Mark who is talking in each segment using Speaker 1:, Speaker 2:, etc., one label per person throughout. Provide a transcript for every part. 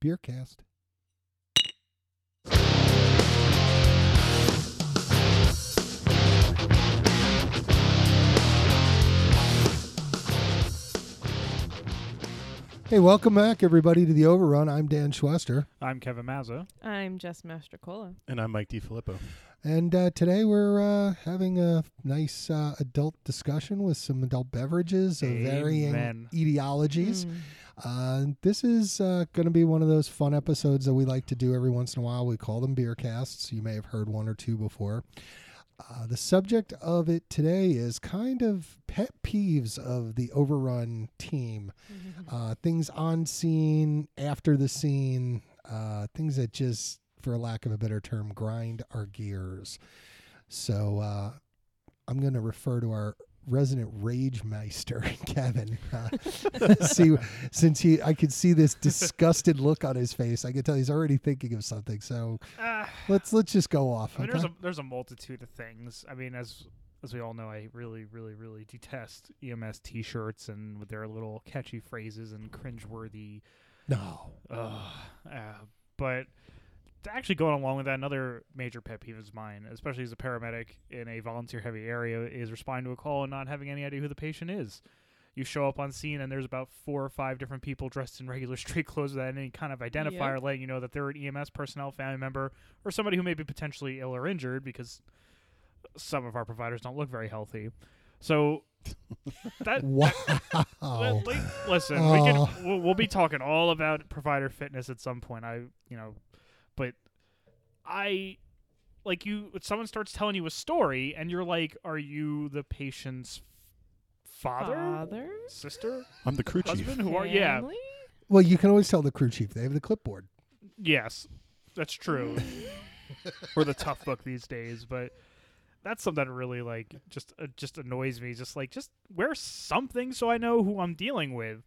Speaker 1: Beercast. Hey, welcome back, everybody, to the Overrun. I'm Dan Schwester,
Speaker 2: I'm Kevin Mazza.
Speaker 3: I'm Jess Mastrocola.
Speaker 4: And I'm Mike DiFilippo.
Speaker 1: and uh, today we're uh, having a nice uh, adult discussion with some adult beverages of varying
Speaker 2: Amen.
Speaker 1: etiologies.
Speaker 3: Hmm.
Speaker 1: Uh, this is uh, going to be one of those fun episodes that we like to do every once in a while. We call them beer casts. You may have heard one or two before. Uh, the subject of it today is kind of pet peeves of the Overrun team. Uh, things on scene, after the scene, uh, things that just, for lack of a better term, grind our gears. So uh, I'm going to refer to our resident rage meister, Kevin. Uh, see, since he, I could see this disgusted look on his face. I could tell he's already thinking of something. So
Speaker 2: Ah,
Speaker 1: let's let's just go off.
Speaker 2: I mean,
Speaker 1: okay?
Speaker 2: there's a there's a multitude of things. I mean, as as we all know, I really, really, really detest EMS T-shirts and with their little catchy phrases and cringeworthy.
Speaker 1: no.
Speaker 2: Uh, uh, but to actually going along with that, another major pet peeve is mine, especially as a paramedic in a volunteer-heavy area, is responding to a call and not having any idea who the patient is. You show up on scene and there's about four or five different people dressed in regular street clothes without any kind of identifier letting you know that they're an EMS personnel, family member, or somebody who may be potentially ill or injured because some of our providers don't look very healthy. So that
Speaker 1: Wow.
Speaker 2: Li- li- listen, we
Speaker 1: Oh.
Speaker 2: can, we'll, we'll be talking all about provider fitness at some point. I, you know, but I like you. When someone starts telling you a story, and you're like, "Are you the patient's father,
Speaker 3: Father?
Speaker 2: sister,
Speaker 4: I'm the crew chief.
Speaker 2: husband? Who are? Yeah,
Speaker 3: Family?
Speaker 1: Well, you can always tell the crew chief. They have the clipboard.
Speaker 2: yes, that's true. We're the tough book these days, but that's something that really like just uh, just annoys me. Just like just wear something so I know who I'm dealing with.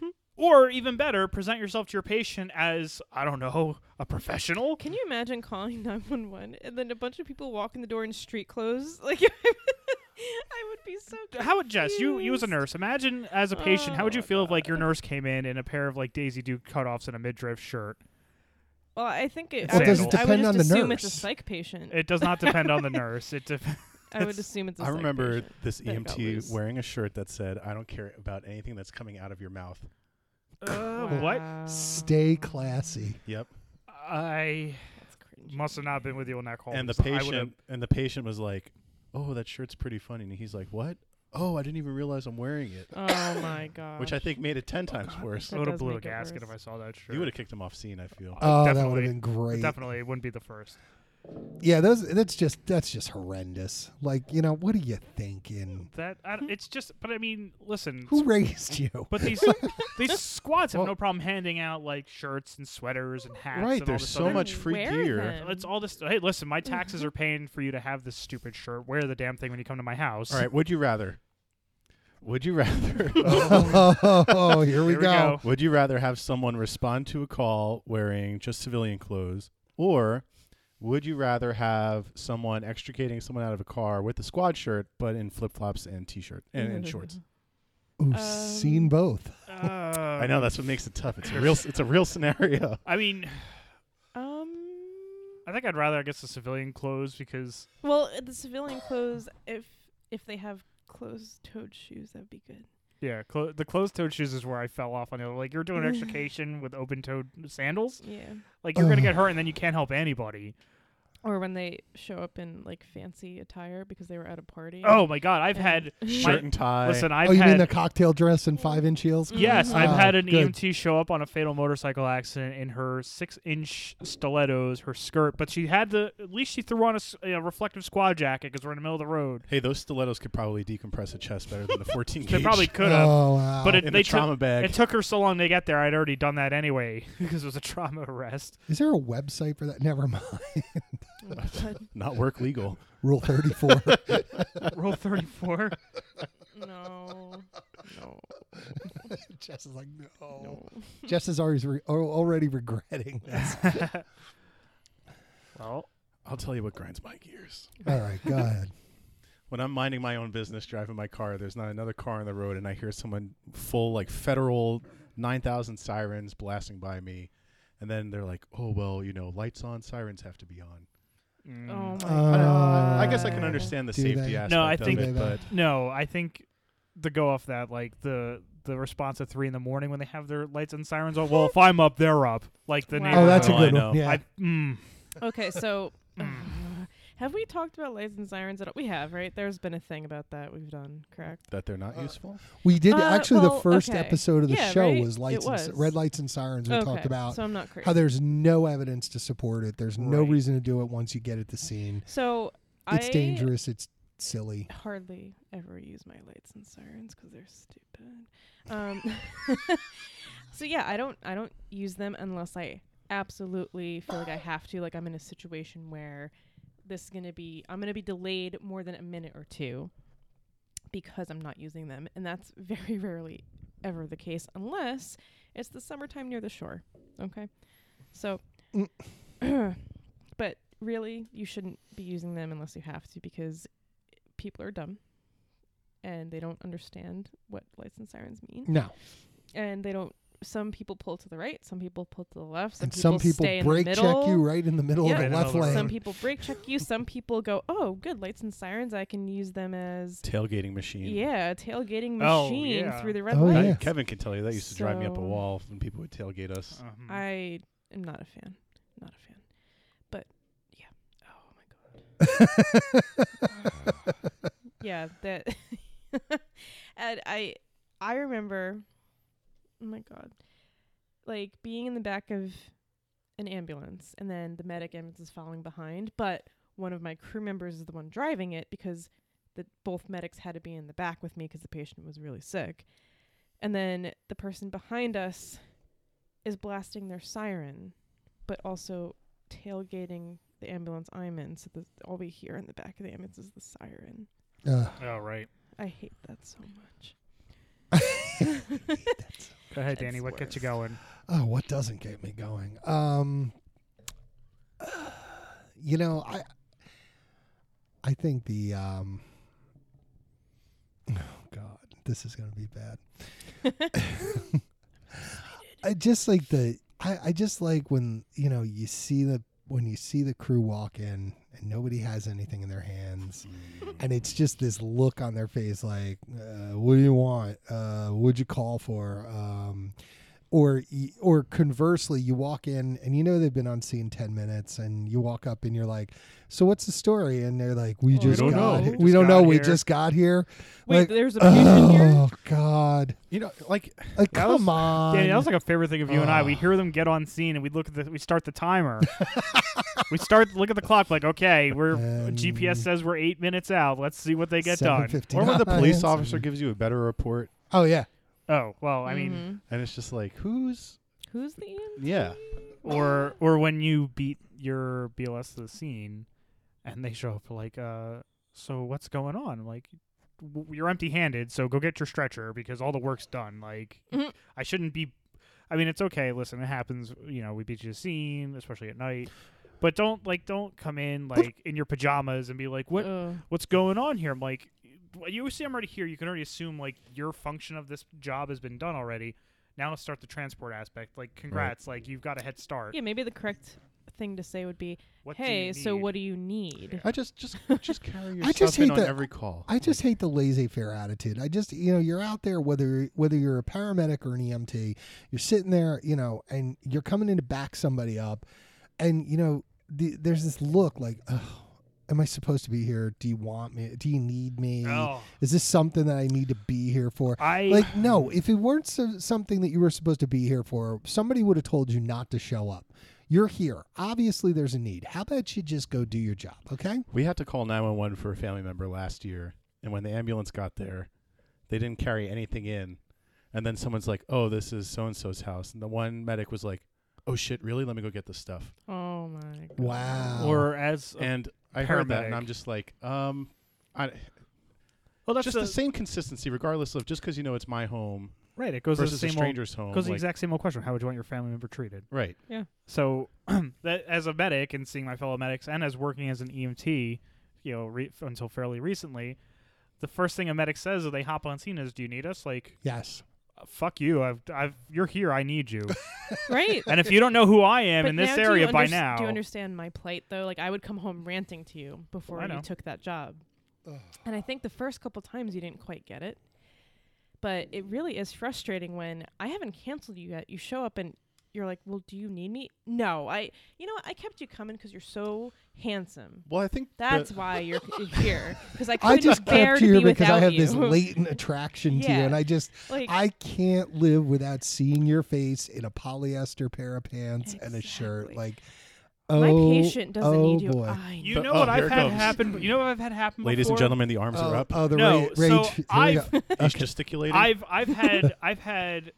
Speaker 3: Hmm.
Speaker 2: Or even better, present yourself to your patient as I don't know a professional.
Speaker 3: Can you imagine calling 911 and then a bunch of people walk in the door in street clothes? Like, I would be so
Speaker 2: How would Jess, you you as a
Speaker 3: confused.
Speaker 2: nurse, imagine as a patient, how would you
Speaker 3: Oh,
Speaker 2: feel if like your
Speaker 3: God.
Speaker 2: nurse came in in a pair of like Daisy Duke cutoffs and a midriff shirt?
Speaker 3: Well, I think it,
Speaker 2: Well,
Speaker 3: I,
Speaker 2: does
Speaker 3: would,
Speaker 2: it
Speaker 3: I would
Speaker 1: depend
Speaker 3: just
Speaker 1: on the
Speaker 3: assume it's
Speaker 1: nurse?
Speaker 3: a psych patient.
Speaker 2: It does not depend on the nurse. It def-
Speaker 3: I would assume it's a
Speaker 4: I
Speaker 3: psych
Speaker 4: remember
Speaker 3: patient.
Speaker 4: this
Speaker 3: That got loose.
Speaker 4: EMT wearing a shirt that said, I don't care about anything that's coming out of your mouth.
Speaker 2: uh, what?
Speaker 3: Wow.
Speaker 1: Stay classy.
Speaker 4: Yep.
Speaker 2: I
Speaker 3: That's cringy.
Speaker 2: must have not been with you on that call.
Speaker 4: and the
Speaker 2: because Oh, I would've-
Speaker 4: patient and the patient was like, Oh, that shirt's pretty funny. And he's like, What? Oh, I didn't even realize I'm wearing it.
Speaker 3: Oh my god.
Speaker 4: Which I think made it ten times worse.
Speaker 3: That
Speaker 2: I would have
Speaker 3: does
Speaker 2: blew a
Speaker 3: make it
Speaker 2: gasket
Speaker 3: worse.
Speaker 2: if I saw that shirt.
Speaker 4: You would have kicked him off scene, I feel.
Speaker 2: Uh,
Speaker 1: Oh, that would
Speaker 2: definitely.
Speaker 1: have been great.
Speaker 2: Definitely, it wouldn't be the first.
Speaker 1: Yeah, those. That's just that's just horrendous. Like you know, what are you thinking?
Speaker 2: That I, don't- it's just, but I mean, listen.
Speaker 1: Who
Speaker 2: s-
Speaker 1: raised you?
Speaker 2: But these these squads have
Speaker 1: Well-
Speaker 2: no problem handing out like shirts and sweaters and hats.
Speaker 4: Right,
Speaker 2: and all
Speaker 4: there's
Speaker 2: this
Speaker 4: so
Speaker 2: other-
Speaker 3: Then
Speaker 4: much free
Speaker 3: wear
Speaker 4: gear.
Speaker 3: them.
Speaker 2: It's all this. Hey, listen, my taxes are paying for you to have this stupid shirt. Wear the damn thing when you come to my house.
Speaker 4: All right, would you rather? Would you rather
Speaker 1: oh, here we
Speaker 2: Here we
Speaker 1: go.
Speaker 2: go.
Speaker 4: Would you rather have someone respond to a call wearing just civilian clothes, or would you rather have someone extricating someone out of a car with a squad shirt but in flip flops and t shirt and, and shorts?
Speaker 1: Ooh, seen
Speaker 3: Um,
Speaker 1: both.
Speaker 2: Uh,
Speaker 4: I know that's what makes it tough. It's a real it's a real scenario.
Speaker 2: I mean,
Speaker 3: Um.
Speaker 2: I think I'd rather I guess the civilian clothes because
Speaker 3: Well, uh, the civilian clothes, if if they have closed-toed shoes, that'd be good.
Speaker 2: yeah, clo- the closed-toed shoes is where I fell off on the other. Like you're doing extrication with open-toed sandals.
Speaker 3: Yeah.
Speaker 2: Like you're gonna get hurt and then you can't help anybody.
Speaker 3: Or when they show up in like fancy attire because they were at a party.
Speaker 2: Oh my god, I've
Speaker 3: and-
Speaker 2: had
Speaker 4: Shirt and tie.
Speaker 2: listen, I've
Speaker 1: E oh, you
Speaker 2: had
Speaker 1: mean the cocktail dress and five inch heels?
Speaker 2: Yes,
Speaker 1: Oh,
Speaker 2: I've had an
Speaker 1: good.
Speaker 2: EMT show up on a fatal motorcycle accident in her six-inch stilettos, her skirt, but she had the at least she threw on a, s- a reflective squad jacket because we're in the middle of the road.
Speaker 4: hey, those stilettos could probably decompress a chest better than the fourteen
Speaker 2: They
Speaker 4: gauge
Speaker 2: probably could have,
Speaker 1: Oh wow.
Speaker 2: but
Speaker 4: in
Speaker 2: it, they
Speaker 4: the
Speaker 2: took-
Speaker 4: trauma bag.
Speaker 2: it took her so long to get there. I'd already done that anyway because it was a trauma arrest.
Speaker 1: Is there a website for that? Never mind.
Speaker 3: Oh, God.
Speaker 4: Not work legal.
Speaker 1: Rule thirty four.
Speaker 2: Roll thirty-four.
Speaker 3: no. No.
Speaker 1: Jess is like, no.
Speaker 3: No.
Speaker 1: Jess is always re- al- already regretting this.
Speaker 2: Well,
Speaker 4: I'll tell you what grinds my gears.
Speaker 1: All right, go ahead.
Speaker 4: When I'm minding my own business, driving my car, there's not another car on the road, and I hear someone full like federal nine thousand sirens blasting by me, and then they're like, "Oh well, you know, lights on, sirens have to be on."
Speaker 2: Mm.
Speaker 3: Oh my
Speaker 1: Uh,
Speaker 4: I, don't know. I- I
Speaker 3: God.
Speaker 4: guess I can understand the
Speaker 1: Do
Speaker 4: safety
Speaker 1: they?
Speaker 4: aspect
Speaker 2: No, I
Speaker 4: of
Speaker 2: think-
Speaker 4: it, but
Speaker 2: No, I think to go off that, like the the response at three in the morning when they have their lights and sirens on. Well, if I'm up, they're up. Like the
Speaker 3: Wow.
Speaker 1: Oh, that's a
Speaker 4: Well, I
Speaker 1: good
Speaker 4: know.
Speaker 1: one. Yeah.
Speaker 2: I, mm,
Speaker 3: Okay, so
Speaker 2: Mm.
Speaker 3: have we talked about lights and sirens at all? We have, right? There's been a thing about that we've done, correct?
Speaker 4: that they're not
Speaker 1: Uh,
Speaker 4: useful.
Speaker 1: we did
Speaker 3: Uh,
Speaker 1: actually
Speaker 3: well,
Speaker 1: the first
Speaker 3: okay.
Speaker 1: episode of the
Speaker 3: Yeah,
Speaker 1: show
Speaker 3: right?
Speaker 1: was lights,
Speaker 3: It
Speaker 1: and si-
Speaker 3: was.
Speaker 1: red lights and sirens. We
Speaker 3: okay,
Speaker 1: talked about
Speaker 3: so I'm not crazy.
Speaker 1: how there's no evidence to support it. There's no
Speaker 2: Right.
Speaker 1: reason to do it once you get at the scene.
Speaker 3: so
Speaker 1: It's
Speaker 3: I
Speaker 1: dangerous. It's silly.
Speaker 3: hardly ever use my lights and sirens 'cause they're stupid. Um, so yeah, I don't I don't use them unless I absolutely feel like I have to. Like I'm in a situation where this is gonna be I'm gonna be delayed more than a minute or two because I'm not using them, and that's very rarely ever the case unless it's the summertime near the shore. Okay, so.
Speaker 1: Mm.
Speaker 3: but really you shouldn't be using them unless you have to because people are dumb and they don't understand what lights and sirens mean
Speaker 1: No.
Speaker 3: and they don't some people pull to the right some people pull to the left some
Speaker 1: and
Speaker 3: people
Speaker 1: some people
Speaker 3: stay
Speaker 1: brake
Speaker 3: in the
Speaker 1: check
Speaker 3: middle.
Speaker 1: you right in the middle
Speaker 3: Yeah.
Speaker 1: of
Speaker 3: Right
Speaker 1: the
Speaker 2: in the
Speaker 1: left
Speaker 2: middle of the
Speaker 1: lane.
Speaker 3: some people brake check you some people go oh good lights and sirens i can use them as
Speaker 4: Tailgating machine.
Speaker 3: yeah a tailgating
Speaker 2: Oh,
Speaker 3: machine
Speaker 2: yeah.
Speaker 3: through the red
Speaker 1: Oh,
Speaker 4: I-
Speaker 3: light
Speaker 1: yeah.
Speaker 4: Kevin can tell you that used to drive me up a
Speaker 3: So-
Speaker 4: wall when people would tailgate us.
Speaker 2: mhm.
Speaker 3: i am not a fan not a fan but yeah oh my god yeah that and i i remember oh my god like being in the back of an ambulance and then the medic ambulance is following behind but one of my crew members is the one driving it because the both medics had to be in the back with me because the patient was really sick and then the person behind us is blasting their siren but also tailgating the ambulance i'm in so the, all we hear in the back of the ambulance is the siren
Speaker 1: Ugh.
Speaker 2: Oh right.
Speaker 3: I hate that so much.
Speaker 2: Go ahead,
Speaker 3: It's
Speaker 2: Danny. What gets you
Speaker 3: worse.
Speaker 2: going?
Speaker 1: oh, what doesn't get me going? Um, you know, I I think the um, oh god, this is gonna be bad. I just like the I, I just like when you know you see the when you see the crew walk in and nobody has anything in their hands and it's just this look on their face like uh, what do you want uh, what'd you call for um, or y- or conversely you walk in and you know they've been on scene 10 minutes and you walk up and you're like so what's the story and they're like we
Speaker 3: Or
Speaker 1: just
Speaker 3: We don't
Speaker 1: got
Speaker 3: know.
Speaker 1: he-
Speaker 3: We
Speaker 1: we
Speaker 2: just
Speaker 1: don't
Speaker 2: got
Speaker 1: know we
Speaker 2: here."
Speaker 1: just got here
Speaker 3: Wait,
Speaker 1: Like,
Speaker 3: there's a patient here.
Speaker 1: oh god
Speaker 4: You know, like
Speaker 1: like
Speaker 2: That
Speaker 1: come
Speaker 2: was-
Speaker 1: on
Speaker 2: Danny, that was like a favorite thing of you and I. We
Speaker 1: Ah.
Speaker 2: hear them get on scene and we look at the we start the timer. we start look at the clock like, okay, we're
Speaker 1: Um,
Speaker 2: GPS says we're eight minutes out. Let's see what they get done.
Speaker 1: 7:59.
Speaker 4: or when the police officer
Speaker 1: Seven-
Speaker 4: gives you a better report,
Speaker 1: oh yeah
Speaker 2: Oh well, I mean,
Speaker 3: Mhm.
Speaker 4: and it's just like, who's
Speaker 3: who's the EMT?
Speaker 4: yeah,
Speaker 2: or or when you beat your BLS to the scene, and they show up like, uh, so what's going on? I'm Like, "W- you're empty-handed, so go get your stretcher because all the work's done. Like,
Speaker 3: Mhm.
Speaker 2: I shouldn't be. I mean, it's okay. Listen, it happens. You know, we beat you to the scene, especially at night. But don't like don't come in like in your pajamas and be like, what
Speaker 3: Ugh.
Speaker 2: what's going on here? I'm like, well, you see, I'm already here. You can already assume like your function of this job has been done already. Now let's start the transport aspect. Like, congrats, like you've got a head start.
Speaker 3: Yeah, maybe the correct thing to say would be,
Speaker 2: What do you
Speaker 3: "Hey, so
Speaker 2: need?"
Speaker 3: what do you need?"
Speaker 4: I just just just carry your
Speaker 1: I
Speaker 4: stuff
Speaker 1: just
Speaker 4: in
Speaker 1: hate
Speaker 4: on
Speaker 1: that-
Speaker 4: every call.
Speaker 1: I just hate the laissez-faire attitude. I just, you know, you're out there whether whether you're a paramedic or an EMT, you're sitting there, you know, and you're coming in to back somebody up, and you know, the, there's this look like, oh, am I supposed to be here? Do you want me? Do you need me?
Speaker 2: Oh,
Speaker 1: Is this something that I need to be here for?
Speaker 2: I
Speaker 1: Like, no, if it weren't so, something that you were supposed to be here for, somebody would have told you not to show up. You're here. Obviously, there's a need. How about you just go do your job, okay?
Speaker 4: We had to call 911 for a family member last year, and when the ambulance got there, they didn't carry anything in. And then someone's like, "Oh, this is so and so's house," and the one medic was like, "Oh shit, really? Let me go get this stuff."
Speaker 3: Oh my. God.
Speaker 1: Wow.
Speaker 2: or as a-
Speaker 4: And I heard that, and
Speaker 2: paramedic.
Speaker 4: I'm just like, um, I,
Speaker 2: well, that's
Speaker 4: just the, same consistency, regardless of just because you know it's my home
Speaker 2: right. It goes to the
Speaker 4: versus a
Speaker 2: same old
Speaker 4: stranger's home.
Speaker 2: goes the
Speaker 4: like-
Speaker 2: exact same old question. How would you want your family member treated?
Speaker 4: right.
Speaker 2: So, that, as a medic and seeing my fellow medics, and as working as an EMT, you know, re- until fairly recently, the first thing a medic says is they hop on scene is, "Do you need us?" Like,
Speaker 1: yes.
Speaker 2: uh, fuck you. I've, I've, you're here. I need you.
Speaker 3: right?
Speaker 2: and if you don't know who I am
Speaker 3: But
Speaker 2: in this
Speaker 3: now do you
Speaker 2: area by
Speaker 3: unders-
Speaker 2: now,
Speaker 3: Do you understand my plight though? Like I would come home ranting to you before
Speaker 2: I know.
Speaker 3: you took that job.
Speaker 1: Ugh.
Speaker 3: And I think the first couple times you didn't quite get it. But it really is frustrating when I haven't canceled you yet. You show up and you're like, "Well, do you need me?" No, I. You know, what? I kept you coming because you're so handsome.
Speaker 4: Well, I think
Speaker 3: That's why you're here. Because I couldn't
Speaker 1: I just
Speaker 3: bear
Speaker 1: kept
Speaker 3: to
Speaker 1: you here
Speaker 3: be
Speaker 1: because I
Speaker 3: without
Speaker 1: have
Speaker 3: you.
Speaker 1: this latent attraction to you,
Speaker 3: Yeah.
Speaker 1: and I just
Speaker 3: like,
Speaker 1: I can't live without seeing your face in a polyester pair of pants and a shirt.
Speaker 3: Exactly.
Speaker 1: Like,
Speaker 3: my
Speaker 1: oh,
Speaker 3: patient doesn't
Speaker 1: oh
Speaker 3: need you. Ah.
Speaker 1: boy.
Speaker 3: I
Speaker 2: you
Speaker 4: But-
Speaker 2: know
Speaker 4: oh,
Speaker 2: what
Speaker 4: here
Speaker 2: I've
Speaker 4: it
Speaker 2: had
Speaker 4: comes.
Speaker 2: happen. You know what I've had happen.
Speaker 4: ladies and
Speaker 2: before?
Speaker 4: gentlemen, the arms
Speaker 1: oh,
Speaker 4: are up.
Speaker 1: oh, the
Speaker 2: No,
Speaker 1: rage.
Speaker 2: so
Speaker 1: rage here we go.
Speaker 2: I've-
Speaker 4: He's gesticulating.
Speaker 2: I've I've had I've had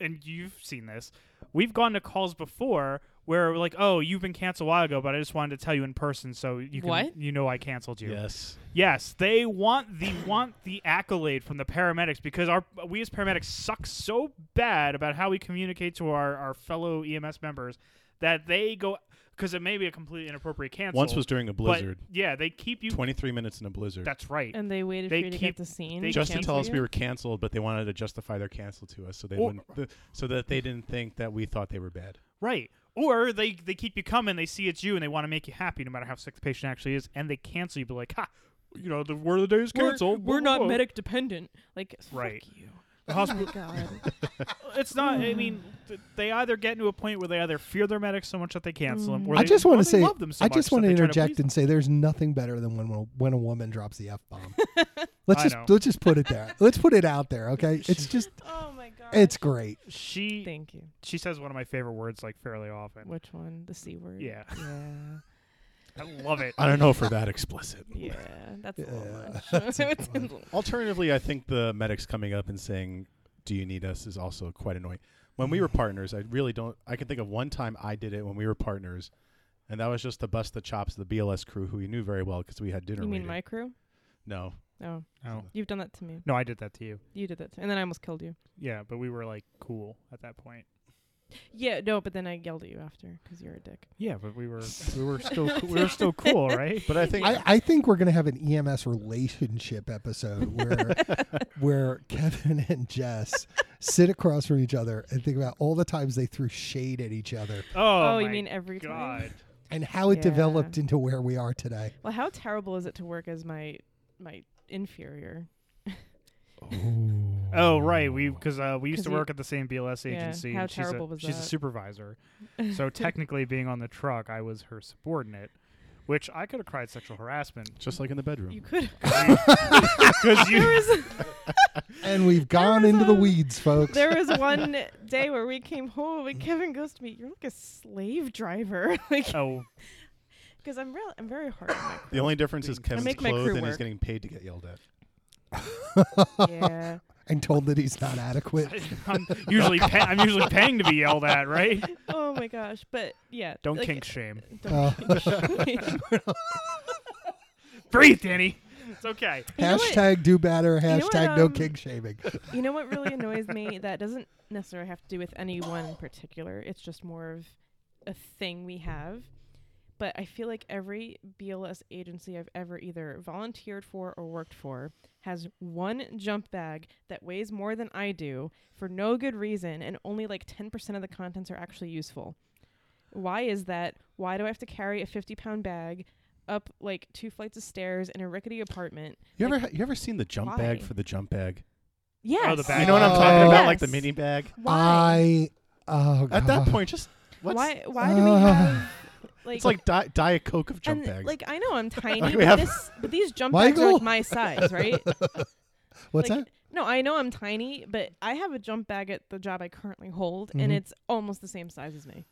Speaker 2: and you've seen this. We've gone to calls before where we're like, "Oh, you've been canceled a while ago, but I just wanted to tell you in person so you can
Speaker 3: What?
Speaker 2: you know I canceled you."
Speaker 4: yes.
Speaker 2: Yes, they want the want the accolade from the paramedics because our we as paramedics suck so bad about how we communicate to our, our fellow EMS members that they go cuz it may be a completely inappropriate cancel.
Speaker 4: Once was during a
Speaker 2: but
Speaker 4: blizzard.
Speaker 2: yeah, they keep you
Speaker 4: 23 minutes in a blizzard.
Speaker 2: That's right.
Speaker 3: and they waited
Speaker 2: They
Speaker 3: for you to
Speaker 2: keep-
Speaker 3: get the scene.
Speaker 2: they
Speaker 4: just to
Speaker 2: canceled
Speaker 4: tell us
Speaker 3: you?
Speaker 4: we were canceled, but they wanted to justify their cancel to us, so they
Speaker 2: Or-
Speaker 4: wouldn't, th- so that they didn't think that we thought they were bad.
Speaker 2: Right. Or they, they keep you coming, they see it's you, and they want to make you happy no matter how sick the patient actually is, and they cancel you. Be like, ha, you know, the word of the day is canceled.
Speaker 3: We're, we're not medic dependent. Like,
Speaker 2: Right.
Speaker 3: fuck you.
Speaker 2: The
Speaker 3: Oh
Speaker 2: hospital.
Speaker 3: my god.
Speaker 2: It's not, I mean, th- they either get to a point where they either fear their medics so much that they cancel them, or
Speaker 1: I
Speaker 2: they-
Speaker 1: just
Speaker 2: or
Speaker 1: want to
Speaker 2: they
Speaker 1: say,
Speaker 2: love them so
Speaker 1: I
Speaker 2: much
Speaker 1: just
Speaker 2: that
Speaker 1: want to
Speaker 2: they try
Speaker 1: interject
Speaker 2: please
Speaker 1: and say, there's nothing better than when when a woman drops the f bomb. let's
Speaker 2: I
Speaker 1: just
Speaker 2: know.
Speaker 1: let's just put it there. Let's put it out there. Okay, it's just
Speaker 3: oh my god.
Speaker 1: it's great.
Speaker 2: them. She,
Speaker 3: Thank you.
Speaker 2: she says one of my favorite words, like, fairly often.
Speaker 3: Which one? The c word.
Speaker 2: Yeah.
Speaker 3: Yeah.
Speaker 2: I love it.
Speaker 4: I don't know if we're that explicit.
Speaker 3: Yeah. That's a
Speaker 1: Yeah,
Speaker 3: little much.
Speaker 1: that's a
Speaker 3: It's
Speaker 1: good
Speaker 3: a little-
Speaker 4: Alternatively, I think the medics coming up and saying, "Do you need us?" is also quite annoying. When we were partners, I really don't. I can think of one time I did it when we were partners, and that was just to bust the chops of the BLS crew, who we knew very well because we had dinner.
Speaker 3: you mean
Speaker 4: waiting.
Speaker 3: my crew?
Speaker 4: No,
Speaker 3: No.
Speaker 4: Oh.
Speaker 2: No.
Speaker 3: You've done that to me.
Speaker 2: Oh. no, I did that to you.
Speaker 3: You did that to me. And then I almost killed you.
Speaker 2: Yeah, but we were, like, cool at that point.
Speaker 3: Yeah, no, but then I yelled at you after because you're a dick.
Speaker 2: Yeah, but we were we were still co- we were still cool, right?
Speaker 4: but I think
Speaker 1: I, I think we're gonna have an EMS relationship episode where where Kevin and Jess sit across from each other and think about all the times they threw shade at each other
Speaker 2: Oh,
Speaker 3: you
Speaker 2: my
Speaker 3: mean every time?
Speaker 2: God.
Speaker 1: and how it
Speaker 3: Yeah.
Speaker 1: developed into where we are today.
Speaker 3: Well, how terrible is it to work as my my inferior?
Speaker 2: Oh right, we because uh, we used to
Speaker 3: 'Cause you-
Speaker 2: work at the same BLS
Speaker 3: Yeah,
Speaker 2: agency.
Speaker 3: how
Speaker 2: and she's
Speaker 3: terrible
Speaker 2: a,
Speaker 3: was
Speaker 2: She's a
Speaker 3: that?
Speaker 2: supervisor, so technically being on the truck, I was her subordinate, which I could have cried sexual harassment
Speaker 4: just like in the bedroom.
Speaker 3: You could.
Speaker 2: because you.
Speaker 3: There was
Speaker 1: And we've gone
Speaker 3: was
Speaker 1: into the
Speaker 3: a-
Speaker 1: weeds, folks.
Speaker 3: there was one day where we came home and Kevin goes to me, "You're like a slave driver," like
Speaker 2: Oh,
Speaker 3: because I'm real, I'm very hard. On my crew.
Speaker 4: the only difference is
Speaker 2: I
Speaker 4: Kevin's
Speaker 3: make my crew
Speaker 4: clothed and he's
Speaker 3: work.
Speaker 4: getting paid to get yelled at.
Speaker 3: yeah.
Speaker 1: and told that he's not adequate.
Speaker 2: I'm usually pa- I'm usually paying to be yelled at, right?
Speaker 3: Oh my gosh. But yeah.
Speaker 2: Don't
Speaker 3: like, uh,
Speaker 2: kink shame.
Speaker 3: Don't
Speaker 1: Oh.
Speaker 3: kink shame.
Speaker 2: Breathe, Danny. It's okay.
Speaker 3: You know what-
Speaker 1: hashtag do better.
Speaker 3: know what,
Speaker 1: Hashtag no
Speaker 3: um,
Speaker 1: king shaving.
Speaker 3: you know what really annoys me? That doesn't necessarily have to do with anyone in particular. It's just more of a thing we have. But I feel like every BLS agency I've ever either volunteered for or worked for has one jump bag that weighs more than I do for no good reason, and only like 10% of the contents are actually useful. Why is that? Why do I have to carry a 50 pound bag up like two flights of stairs in a rickety apartment?
Speaker 4: You ever ha- you ever seen the jump bag
Speaker 3: why?
Speaker 4: for the jump bag?
Speaker 3: Yes.
Speaker 2: the bag.
Speaker 4: You know what I'm talking about, like the
Speaker 3: Yes.
Speaker 4: mini bag.
Speaker 3: Why?
Speaker 1: I oh God.
Speaker 4: At that point, just what's,
Speaker 3: why why do we
Speaker 1: Uh,
Speaker 3: have like
Speaker 4: it's like di- diet coke of jump
Speaker 3: and,
Speaker 4: bags.
Speaker 3: like I know I'm tiny,
Speaker 4: Like, we
Speaker 3: but
Speaker 4: have-
Speaker 3: this but these jump bags are
Speaker 1: Michael?
Speaker 3: like my size, right?
Speaker 1: what's
Speaker 3: like,
Speaker 1: that?
Speaker 3: No, I know I'm tiny, but I have a jump bag at the job I currently hold, and
Speaker 1: Mhm.
Speaker 3: it's almost the same size as me.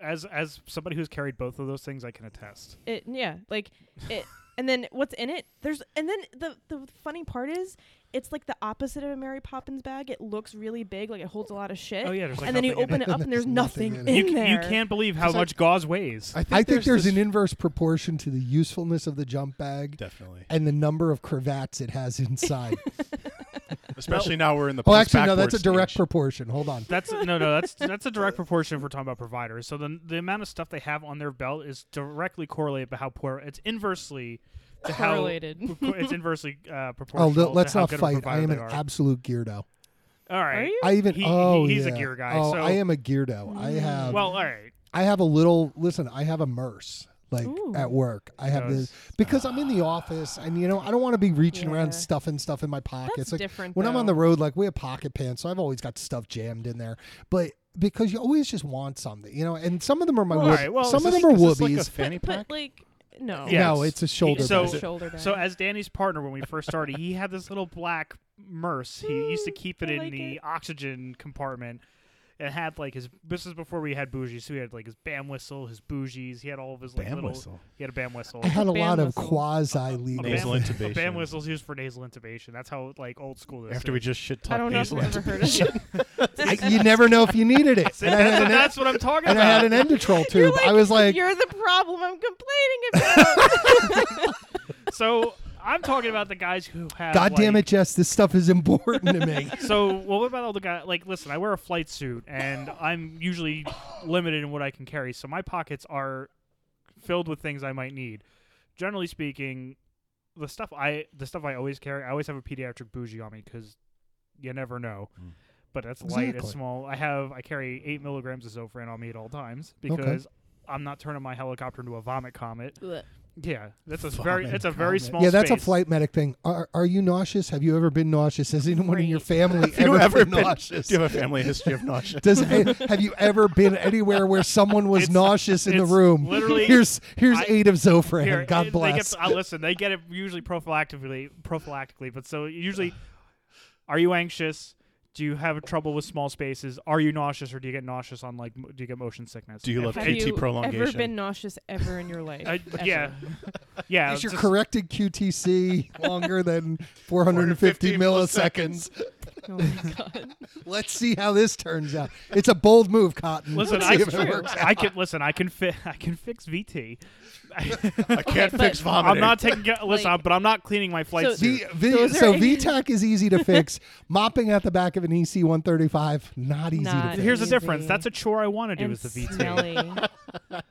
Speaker 2: As as somebody who's carried both of those things, I can attest.
Speaker 3: It yeah, like it. And then what's in it? There's and then the the funny part is it's like the opposite of a Mary Poppins bag. It looks really big, like it holds a lot of shit.
Speaker 2: Oh yeah, there's like
Speaker 3: Eh? and then you
Speaker 2: nothing in
Speaker 3: open
Speaker 1: it.
Speaker 3: it up and there's nothing in,
Speaker 1: it.
Speaker 2: You, c- you
Speaker 3: there.
Speaker 2: can't believe how
Speaker 4: 'Cause I-
Speaker 2: much gauze weighs.
Speaker 1: I think there's,
Speaker 4: this-
Speaker 1: an inverse proportion to the usefulness of the jump bag
Speaker 4: definitely,
Speaker 1: and the number of cravats it has inside.
Speaker 4: especially now we're in the.
Speaker 1: oh, actually, no, that's
Speaker 4: post-backward
Speaker 1: a direct
Speaker 4: stage.
Speaker 1: proportion. Hold on.
Speaker 2: That's no, no. That's that's a direct proportion if we're talking about providers. So the the amount of stuff they have on their belt is directly correlated to how poor. It's inversely to how
Speaker 3: Correlated.
Speaker 2: It's inversely uh,
Speaker 1: Oh,
Speaker 2: proportional.
Speaker 1: le- let's
Speaker 2: to how
Speaker 1: not
Speaker 2: good a
Speaker 1: fight. I
Speaker 2: provider
Speaker 1: am
Speaker 2: they
Speaker 1: an
Speaker 2: are.
Speaker 1: absolute geardo.
Speaker 2: All right.
Speaker 3: Are you?
Speaker 1: I even
Speaker 2: He-
Speaker 1: oh
Speaker 2: he- he's a
Speaker 1: yeah.
Speaker 2: gear guy,
Speaker 1: Oh,
Speaker 2: so-
Speaker 1: I am a geardo.
Speaker 3: Mm.
Speaker 1: I have
Speaker 2: Well, all right.
Speaker 1: I have a little listen. I have a merce like
Speaker 3: Ooh.
Speaker 1: at work. I have
Speaker 2: So
Speaker 1: this because I'm in the office and you know I don't want to be reaching
Speaker 3: Yeah.
Speaker 1: around stuffing stuff in my
Speaker 3: That's
Speaker 1: pockets. Like
Speaker 3: different.
Speaker 1: when I'm on the
Speaker 3: though.
Speaker 1: road, like we have pocket pants, so I've always got stuff jammed in there. But because you always just want something, you know. And some of them are my
Speaker 2: Well,
Speaker 1: whoop-
Speaker 2: alright, well,
Speaker 1: some
Speaker 2: is
Speaker 1: of
Speaker 4: this-
Speaker 1: them are
Speaker 4: Oh, is this like a
Speaker 1: whoopies.
Speaker 4: fanny
Speaker 3: but,
Speaker 4: pack?
Speaker 3: like no,
Speaker 2: Yeah.
Speaker 1: No,
Speaker 2: Yes.
Speaker 1: it's a shoulder.
Speaker 2: So-
Speaker 1: bag.
Speaker 3: shoulder bag.
Speaker 2: So as Danny's partner when we first started, he had this little black merce. He used to
Speaker 3: Mm,
Speaker 2: keep it
Speaker 3: I
Speaker 2: in
Speaker 3: like
Speaker 2: the
Speaker 3: it.
Speaker 2: oxygen compartment. It had like his this is before we had bougies, so he had like his bam whistle, his bougies, he had all of his like
Speaker 4: Bam
Speaker 2: little
Speaker 4: whistle.
Speaker 2: he had a bam whistle.
Speaker 1: I had a
Speaker 3: Band
Speaker 1: lot of
Speaker 3: whistle.
Speaker 1: quasi
Speaker 2: A
Speaker 1: legal.
Speaker 4: Nasal
Speaker 2: bam, A
Speaker 4: intubation.
Speaker 2: bam whistle's used for nasal intubation. That's how like old school this
Speaker 4: After we
Speaker 2: is.
Speaker 4: just shit
Speaker 3: I don't
Speaker 4: talked
Speaker 3: know if
Speaker 4: nasal
Speaker 3: I've ever heard of it.
Speaker 1: I- you never know if you needed it.
Speaker 2: See,
Speaker 1: And I had
Speaker 2: that's,
Speaker 1: an,
Speaker 2: that's what I'm talking
Speaker 1: and I had
Speaker 2: about.
Speaker 1: an endotrol
Speaker 3: You're
Speaker 1: tube. I was like,
Speaker 3: you're the problem. I'm complaining about.
Speaker 2: so I'm talking about the guys who have
Speaker 1: God damn
Speaker 2: like,
Speaker 1: it, Jess, this stuff is important to me.
Speaker 2: so well, what about all the guys? Like, listen, I wear a flight suit, and I'm usually limited in what I can carry. So my pockets are filled with things I might need. Generally speaking, the stuff I the stuff I always carry, I always have a pediatric bougie on me because you never know.
Speaker 4: Mm.
Speaker 2: But that's light,
Speaker 1: Exactly.
Speaker 2: it's small. I have I carry eight milligrams of Zofran on me at all times
Speaker 1: Okay.
Speaker 2: because I'm not turning my helicopter into a vomit comet.
Speaker 3: Blech.
Speaker 2: Yeah, that's a
Speaker 4: Vomit
Speaker 2: very that's a very
Speaker 4: comet.
Speaker 2: small.
Speaker 1: yeah, that's a
Speaker 2: space.
Speaker 1: flight medic thing. Are, are you nauseous? Have you ever been nauseous? Has anyone in your family
Speaker 4: Have you ever been
Speaker 1: nauseous?
Speaker 4: Do you have a family history of nausea?
Speaker 1: Does eh, have you ever been anywhere where someone was
Speaker 2: It's-
Speaker 1: nauseous in the
Speaker 2: it's
Speaker 1: room?
Speaker 2: literally-
Speaker 1: here's here's
Speaker 2: I-
Speaker 1: eight of Zofran.
Speaker 2: Here,
Speaker 1: God
Speaker 2: it-
Speaker 1: bless.
Speaker 2: They get, uh, listen, they get it usually prophylactically, prophylactically, but so usually, are you anxious? Do you have trouble with small spaces? Are you nauseous, or do you get nauseous on like? mo- Do you get motion sickness?
Speaker 4: Do you love
Speaker 2: If-
Speaker 3: Have
Speaker 4: PT
Speaker 3: you ever
Speaker 4: prolongation.
Speaker 3: been nauseous ever in your life?
Speaker 2: I-
Speaker 3: Ever.
Speaker 2: yeah, yeah.
Speaker 1: Is your
Speaker 2: just-
Speaker 1: corrected QTC longer than 450 milliseconds?
Speaker 3: Oh my god.
Speaker 1: Let's see how this turns out. It's a bold move, Cotton.
Speaker 2: Listen,
Speaker 1: Let's
Speaker 2: I,
Speaker 1: see if it works.
Speaker 2: I can listen. I can fi- I can fix VT.
Speaker 4: I can't
Speaker 3: but-
Speaker 4: fix vomiting.
Speaker 2: I'm not taking. Listen,
Speaker 3: Like-
Speaker 2: I'm- but I'm not cleaning my flight
Speaker 3: So-
Speaker 2: suit.
Speaker 1: V, v,
Speaker 3: Those are
Speaker 1: so
Speaker 3: eight.
Speaker 1: VTAC is easy to fix. Mopping at the back of an E EC 135, not easy
Speaker 3: Not
Speaker 1: to fix.
Speaker 2: Here's the
Speaker 3: easy.
Speaker 2: difference. That's a chore I want to do.
Speaker 3: and
Speaker 2: is the VT.
Speaker 3: smelly. smelly.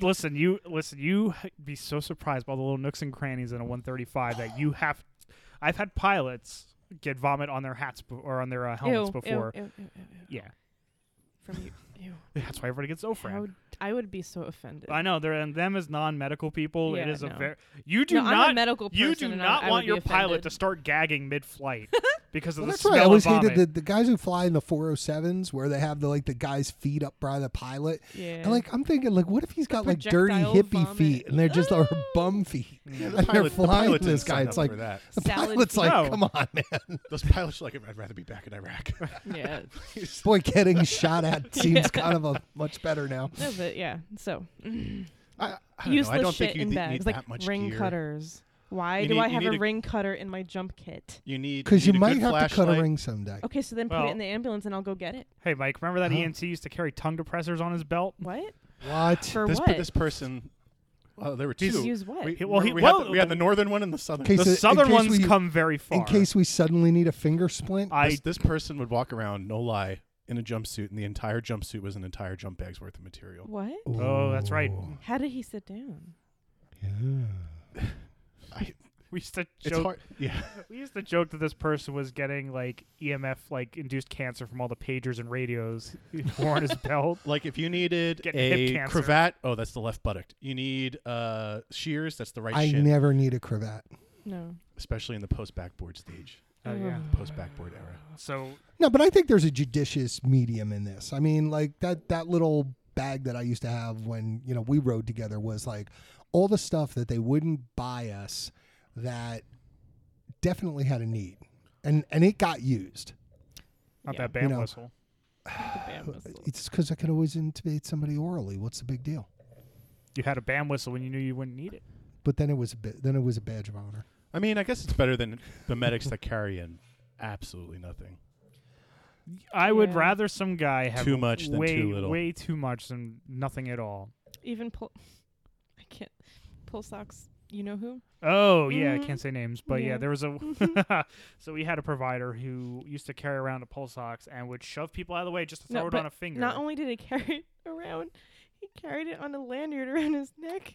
Speaker 2: Listen, you listen. You h- be so surprised by all the little nooks and crannies in a 135 that you have. I've had pilots get vomit on their hats be- or on their uh,
Speaker 3: Ew,
Speaker 2: helmets
Speaker 3: ew,
Speaker 2: before.
Speaker 3: ew, ew, ew, ew.
Speaker 2: Yeah,
Speaker 3: From you. Ew.
Speaker 2: that's why everybody gets
Speaker 3: How
Speaker 2: Zofran.
Speaker 3: d- I would be so offended.
Speaker 2: I know. They're and them as non-medical people. it
Speaker 3: Yeah,
Speaker 2: is a
Speaker 3: no.
Speaker 2: very. You do
Speaker 3: no,
Speaker 2: not.
Speaker 3: I'm a medical person.
Speaker 2: you do
Speaker 3: and
Speaker 2: not
Speaker 3: I,
Speaker 2: want
Speaker 3: I would
Speaker 2: your
Speaker 3: be
Speaker 2: pilot to
Speaker 3: offended.
Speaker 2: start gagging mid-flight because of
Speaker 1: Well,
Speaker 2: the
Speaker 1: that's
Speaker 2: smell
Speaker 1: right. I always
Speaker 2: of vomit.
Speaker 1: hated the, the guys who fly in the 407s where they have the like the guy's feet up by the pilot.
Speaker 3: Yeah.
Speaker 1: And like I'm thinking, like what if he's got like dirty
Speaker 3: projectile
Speaker 1: hippie
Speaker 3: vomit.
Speaker 1: feet and they're just or bum feet?
Speaker 4: Yeah, the
Speaker 1: And they're
Speaker 4: pilot, the
Speaker 1: flying
Speaker 4: pilot
Speaker 1: this
Speaker 4: didn't
Speaker 1: guy.
Speaker 4: sign
Speaker 1: It's
Speaker 4: up
Speaker 1: like
Speaker 4: for that.
Speaker 1: the
Speaker 3: Salad
Speaker 1: pilot's
Speaker 3: feet.
Speaker 1: like,
Speaker 2: No.
Speaker 1: come on, man.
Speaker 4: Those pilots are like, I'd rather be back in Iraq.
Speaker 3: yeah.
Speaker 1: Boy, getting shot at seems
Speaker 3: Yeah.
Speaker 1: kind of a much better now.
Speaker 3: No, but yeah. So
Speaker 4: I, I don't know.
Speaker 3: useless
Speaker 4: I don't
Speaker 3: shit
Speaker 4: think you
Speaker 3: in
Speaker 4: need,
Speaker 3: bags,
Speaker 4: need
Speaker 3: like
Speaker 4: that much
Speaker 3: ring
Speaker 4: gear.
Speaker 3: cutters. Why
Speaker 4: You
Speaker 3: do
Speaker 4: need-
Speaker 3: I
Speaker 4: you
Speaker 3: have
Speaker 4: need
Speaker 3: a
Speaker 4: a-
Speaker 3: ring cutter in my jump kit?
Speaker 4: You need
Speaker 1: Because you
Speaker 4: need a
Speaker 1: might
Speaker 4: good
Speaker 1: have to cut a
Speaker 4: flashlight.
Speaker 1: ring someday.
Speaker 3: Okay, so then put it
Speaker 2: Well-
Speaker 3: in the ambulance and I'll go get it.
Speaker 2: Hey, Mike, remember that
Speaker 1: Huh?
Speaker 2: ENT used to carry tongue depressors on his belt?
Speaker 3: What?
Speaker 1: What?
Speaker 3: For
Speaker 4: This,
Speaker 3: what?
Speaker 4: this person, well, there were two.
Speaker 2: He's
Speaker 3: Just use what?
Speaker 4: We,
Speaker 2: He- well, he-
Speaker 4: we, had
Speaker 2: well,
Speaker 4: the, we had the northern one and the southern.
Speaker 1: Okay,
Speaker 2: The
Speaker 1: so in
Speaker 2: southern
Speaker 1: case
Speaker 2: ones
Speaker 1: we-
Speaker 2: come very far.
Speaker 1: In case we suddenly need a finger splint.
Speaker 2: I
Speaker 4: this, this person would walk around, no lie, in a jumpsuit, and the entire jumpsuit was an entire jump bag's worth of material.
Speaker 3: what?
Speaker 2: Oh, that's right.
Speaker 1: Ooh,
Speaker 3: How did he sit down?
Speaker 1: yeah.
Speaker 4: I,
Speaker 2: we used to
Speaker 4: it's
Speaker 2: joke
Speaker 4: hard. Yeah,
Speaker 2: We used to joke that this person was getting like EMF like induced cancer from all the pagers and radios he wore on his belt.
Speaker 4: like if you needed
Speaker 2: Get hip
Speaker 4: a
Speaker 2: cancer.
Speaker 4: cravat, oh, that's the left buttock. You need uh, shears, that's the right
Speaker 1: I
Speaker 4: shin,
Speaker 1: never need a cravat.
Speaker 3: No.
Speaker 4: especially in the post backboard stage,
Speaker 2: Oh yeah.
Speaker 4: post backboard era.
Speaker 2: So
Speaker 1: No, but I think there's a judicious medium in this. I mean, like that that little bag that I used to have when, you know, we rode together was like all the stuff that they wouldn't buy us that definitely had a need. And and it got used.
Speaker 2: not
Speaker 3: Yeah.
Speaker 2: that band
Speaker 1: You know.
Speaker 2: whistle.
Speaker 3: The band whistle.
Speaker 1: It's cuz I could always intubate somebody orally. What's the big deal?
Speaker 2: You had a band whistle when you knew you wouldn't need it.
Speaker 1: But then it was a bit, then it was a badge of honor.
Speaker 4: I mean, I guess it's better than the medics that carry in absolutely nothing.
Speaker 2: I would
Speaker 3: Yeah.
Speaker 2: rather some guy have
Speaker 4: Too much than
Speaker 2: way,
Speaker 4: too little.
Speaker 2: way too much than nothing at all.
Speaker 3: Even pull. I can't. Pull socks. You know who?
Speaker 2: Oh yeah, I
Speaker 3: Mhm.
Speaker 2: can't say names, but yeah,
Speaker 3: Yeah.
Speaker 2: there was a. so we had a provider who used to carry around a pulse ox and would shove people out of the way just to throw
Speaker 3: No,
Speaker 2: it
Speaker 3: but
Speaker 2: on a finger.
Speaker 3: Not only did he carry it around, he carried it on a lanyard around his neck.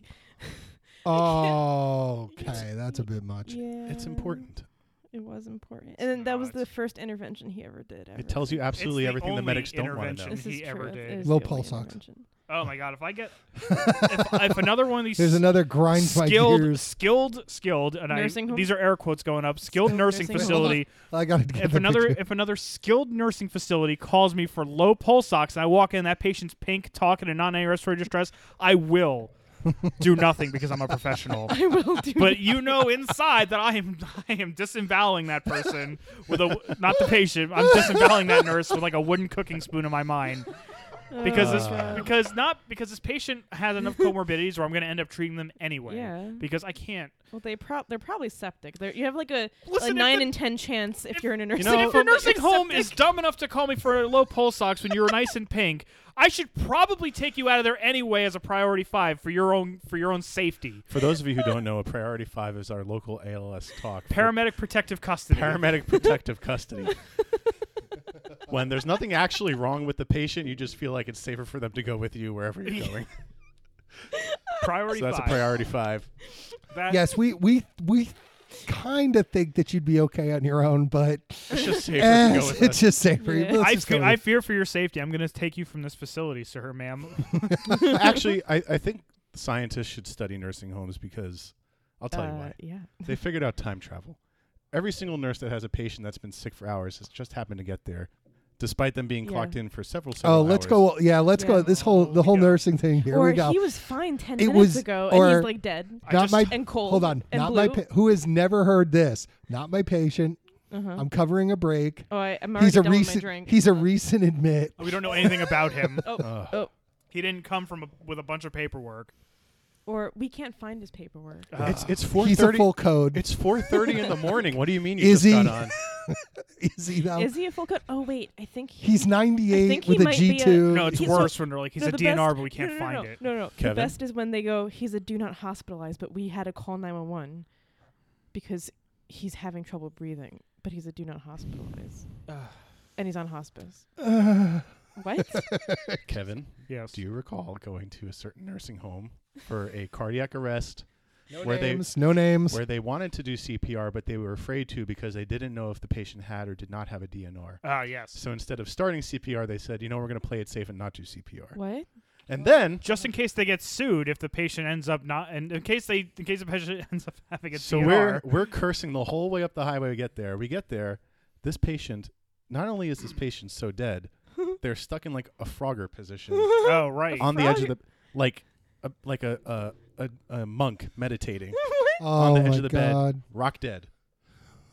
Speaker 1: Oh, okay. That's a bit much.
Speaker 3: Yeah.
Speaker 4: It's important.
Speaker 3: It was important. And then that was
Speaker 2: No,
Speaker 3: the
Speaker 2: it's-
Speaker 3: first intervention he ever did. Ever.
Speaker 4: It tells you absolutely
Speaker 2: the
Speaker 4: everything the
Speaker 2: only
Speaker 4: medics don't want to know.
Speaker 2: intervention.
Speaker 3: This is
Speaker 2: he ever
Speaker 3: true.
Speaker 2: did.
Speaker 3: It was
Speaker 1: Low
Speaker 3: the only
Speaker 1: pulse ox.
Speaker 3: intervention.
Speaker 2: Oh my god! If I get if, if another one of these
Speaker 1: There's another grind my
Speaker 2: skilled,
Speaker 1: gears.
Speaker 2: skilled, skilled, and
Speaker 3: Nursing
Speaker 2: I
Speaker 3: home?
Speaker 2: these are air quotes going up. Skilled
Speaker 3: Skilled
Speaker 2: nursing,
Speaker 3: nursing home.
Speaker 2: facility.
Speaker 1: I gotta get
Speaker 2: if
Speaker 1: the
Speaker 2: another
Speaker 1: picture.
Speaker 2: if another skilled nursing facility calls me for low pulse ox, and I walk in, that patient's pink, talking, and non respiratory distress, I will do nothing because I'm a professional.
Speaker 3: I will do.
Speaker 2: But you know inside that I am I am disemboweling that person with a not the patient. I'm disemboweling that nurse with like a wooden cooking spoon in my mind
Speaker 3: Oh,
Speaker 2: because
Speaker 4: Uh.
Speaker 2: this because not because this patient has enough comorbidities or I'm going to end up treating them anyway.
Speaker 3: Yeah.
Speaker 2: Because I can't.
Speaker 3: Well, they prob they're probably septic. They're, you have like a,
Speaker 2: Listen,
Speaker 3: a
Speaker 2: if
Speaker 3: nine
Speaker 2: the-
Speaker 3: in ten chance if,
Speaker 2: if-
Speaker 3: you're in a
Speaker 2: You
Speaker 3: nursing
Speaker 2: know,
Speaker 3: home.
Speaker 2: if your
Speaker 3: that
Speaker 2: nursing
Speaker 3: you're
Speaker 2: home
Speaker 3: septic.
Speaker 2: is dumb enough to call me for a low pulse ox when you were nice and pink, I should probably take you out of there anyway as a priority five for your own for your own safety.
Speaker 4: For those of you who don't know, a priority five is our local ALS talk. for
Speaker 2: Paramedic protective custody.
Speaker 4: paramedic protective custody. when there's nothing actually wrong with the patient, you just feel like it's safer for them to go with you wherever you're going.
Speaker 2: priority
Speaker 4: so that's
Speaker 2: five.
Speaker 4: a priority five.
Speaker 2: That-
Speaker 1: yes, we we we kind of think that you'd be okay on your own, but
Speaker 4: It's just safer
Speaker 1: eh,
Speaker 4: to go with
Speaker 1: it's
Speaker 4: us.
Speaker 1: just safer.
Speaker 3: Yeah.
Speaker 1: Let's
Speaker 2: I,
Speaker 1: just go
Speaker 2: fe-
Speaker 1: with
Speaker 2: I
Speaker 1: it.
Speaker 2: fear for your safety. I'm going to take you from this facility, sir, ma'am.
Speaker 4: actually, I, I think scientists should study nursing homes because I'll tell you
Speaker 3: Uh,
Speaker 4: why.
Speaker 3: Yeah.
Speaker 4: They figured out time travel. Every single nurse that has a patient that's been sick for hours has just happened to get there, despite them being
Speaker 3: Yeah.
Speaker 4: clocked in for several. several
Speaker 1: Oh, let's
Speaker 4: hours.
Speaker 1: go. Yeah, let's go.
Speaker 3: Yeah.
Speaker 1: This whole
Speaker 2: Here we
Speaker 1: the whole
Speaker 2: go.
Speaker 1: nursing thing. Here
Speaker 3: or
Speaker 1: we go.
Speaker 3: he was fine ten
Speaker 1: It
Speaker 3: minutes
Speaker 1: was-
Speaker 3: ago, and
Speaker 1: or-
Speaker 3: he's like dead
Speaker 2: I
Speaker 1: not
Speaker 2: just-
Speaker 1: my.
Speaker 3: and cold.
Speaker 1: Hold on.
Speaker 3: and
Speaker 1: Not my.
Speaker 3: blue.
Speaker 1: Pa- who has never heard this? Not my patient.
Speaker 3: Uh-huh.
Speaker 1: I'm covering a break.
Speaker 3: oh, I, I'm already
Speaker 1: He's a
Speaker 3: done with my
Speaker 1: recent.
Speaker 3: drink.
Speaker 1: He's a
Speaker 3: Uh,
Speaker 1: recent admit.
Speaker 4: Oh,
Speaker 2: We don't know anything about him.
Speaker 3: Oh,
Speaker 4: Ugh.
Speaker 2: He didn't come from a, with a bunch of paperwork.
Speaker 3: Or we can't find his paperwork.
Speaker 4: It's it's four
Speaker 1: He's a
Speaker 4: thirty.
Speaker 1: full code.
Speaker 4: It's four thirty in the morning. What do you mean you
Speaker 1: Is
Speaker 4: just got
Speaker 1: he-
Speaker 4: on?
Speaker 1: Is he though?
Speaker 3: Is he a full cut? Oh wait, I think he,
Speaker 1: He's 98
Speaker 3: think
Speaker 1: with
Speaker 3: he
Speaker 1: a
Speaker 3: might be a-
Speaker 1: G2.
Speaker 2: No, it's
Speaker 3: He's-
Speaker 2: worse when they're like, he's
Speaker 3: No,
Speaker 2: a
Speaker 3: the
Speaker 2: DNR,
Speaker 3: best-
Speaker 2: but we can't
Speaker 3: no, no, no,
Speaker 2: find
Speaker 3: no,
Speaker 2: it.
Speaker 3: No, no.
Speaker 4: Kevin?
Speaker 3: The best is when they go, he's a do not hospitalize, but we had to call 911 because he's having trouble breathing, but he's a do not hospitalize. and he's on hospice. What?
Speaker 4: Kevin,
Speaker 2: Yes.
Speaker 4: do you recall going to a certain nursing home for a cardiac arrest
Speaker 1: no
Speaker 4: where they-
Speaker 1: names. no names.
Speaker 4: where they wanted to do CPR but they were afraid to because they didn't know if the patient had or did not have a DNR.
Speaker 2: Ah, yes.
Speaker 4: So instead of starting CPR, they said, you know, we're going to play it safe and not do CPR.
Speaker 3: what?
Speaker 4: And then,
Speaker 2: Just in case they get sued, if the patient ends up not, and in case they, in case the patient ends up having a
Speaker 4: so
Speaker 2: DNR,
Speaker 4: we're we're cursing the whole way up the highway. We get there, we get there. This patient, not only is this patient so dead, they're stuck in like a Frogger position.
Speaker 2: oh right,
Speaker 4: on the edge of the like a, like a, a a a monk meditating
Speaker 1: oh
Speaker 4: on the edge
Speaker 1: my
Speaker 4: of the
Speaker 1: god.
Speaker 4: bed, rock dead.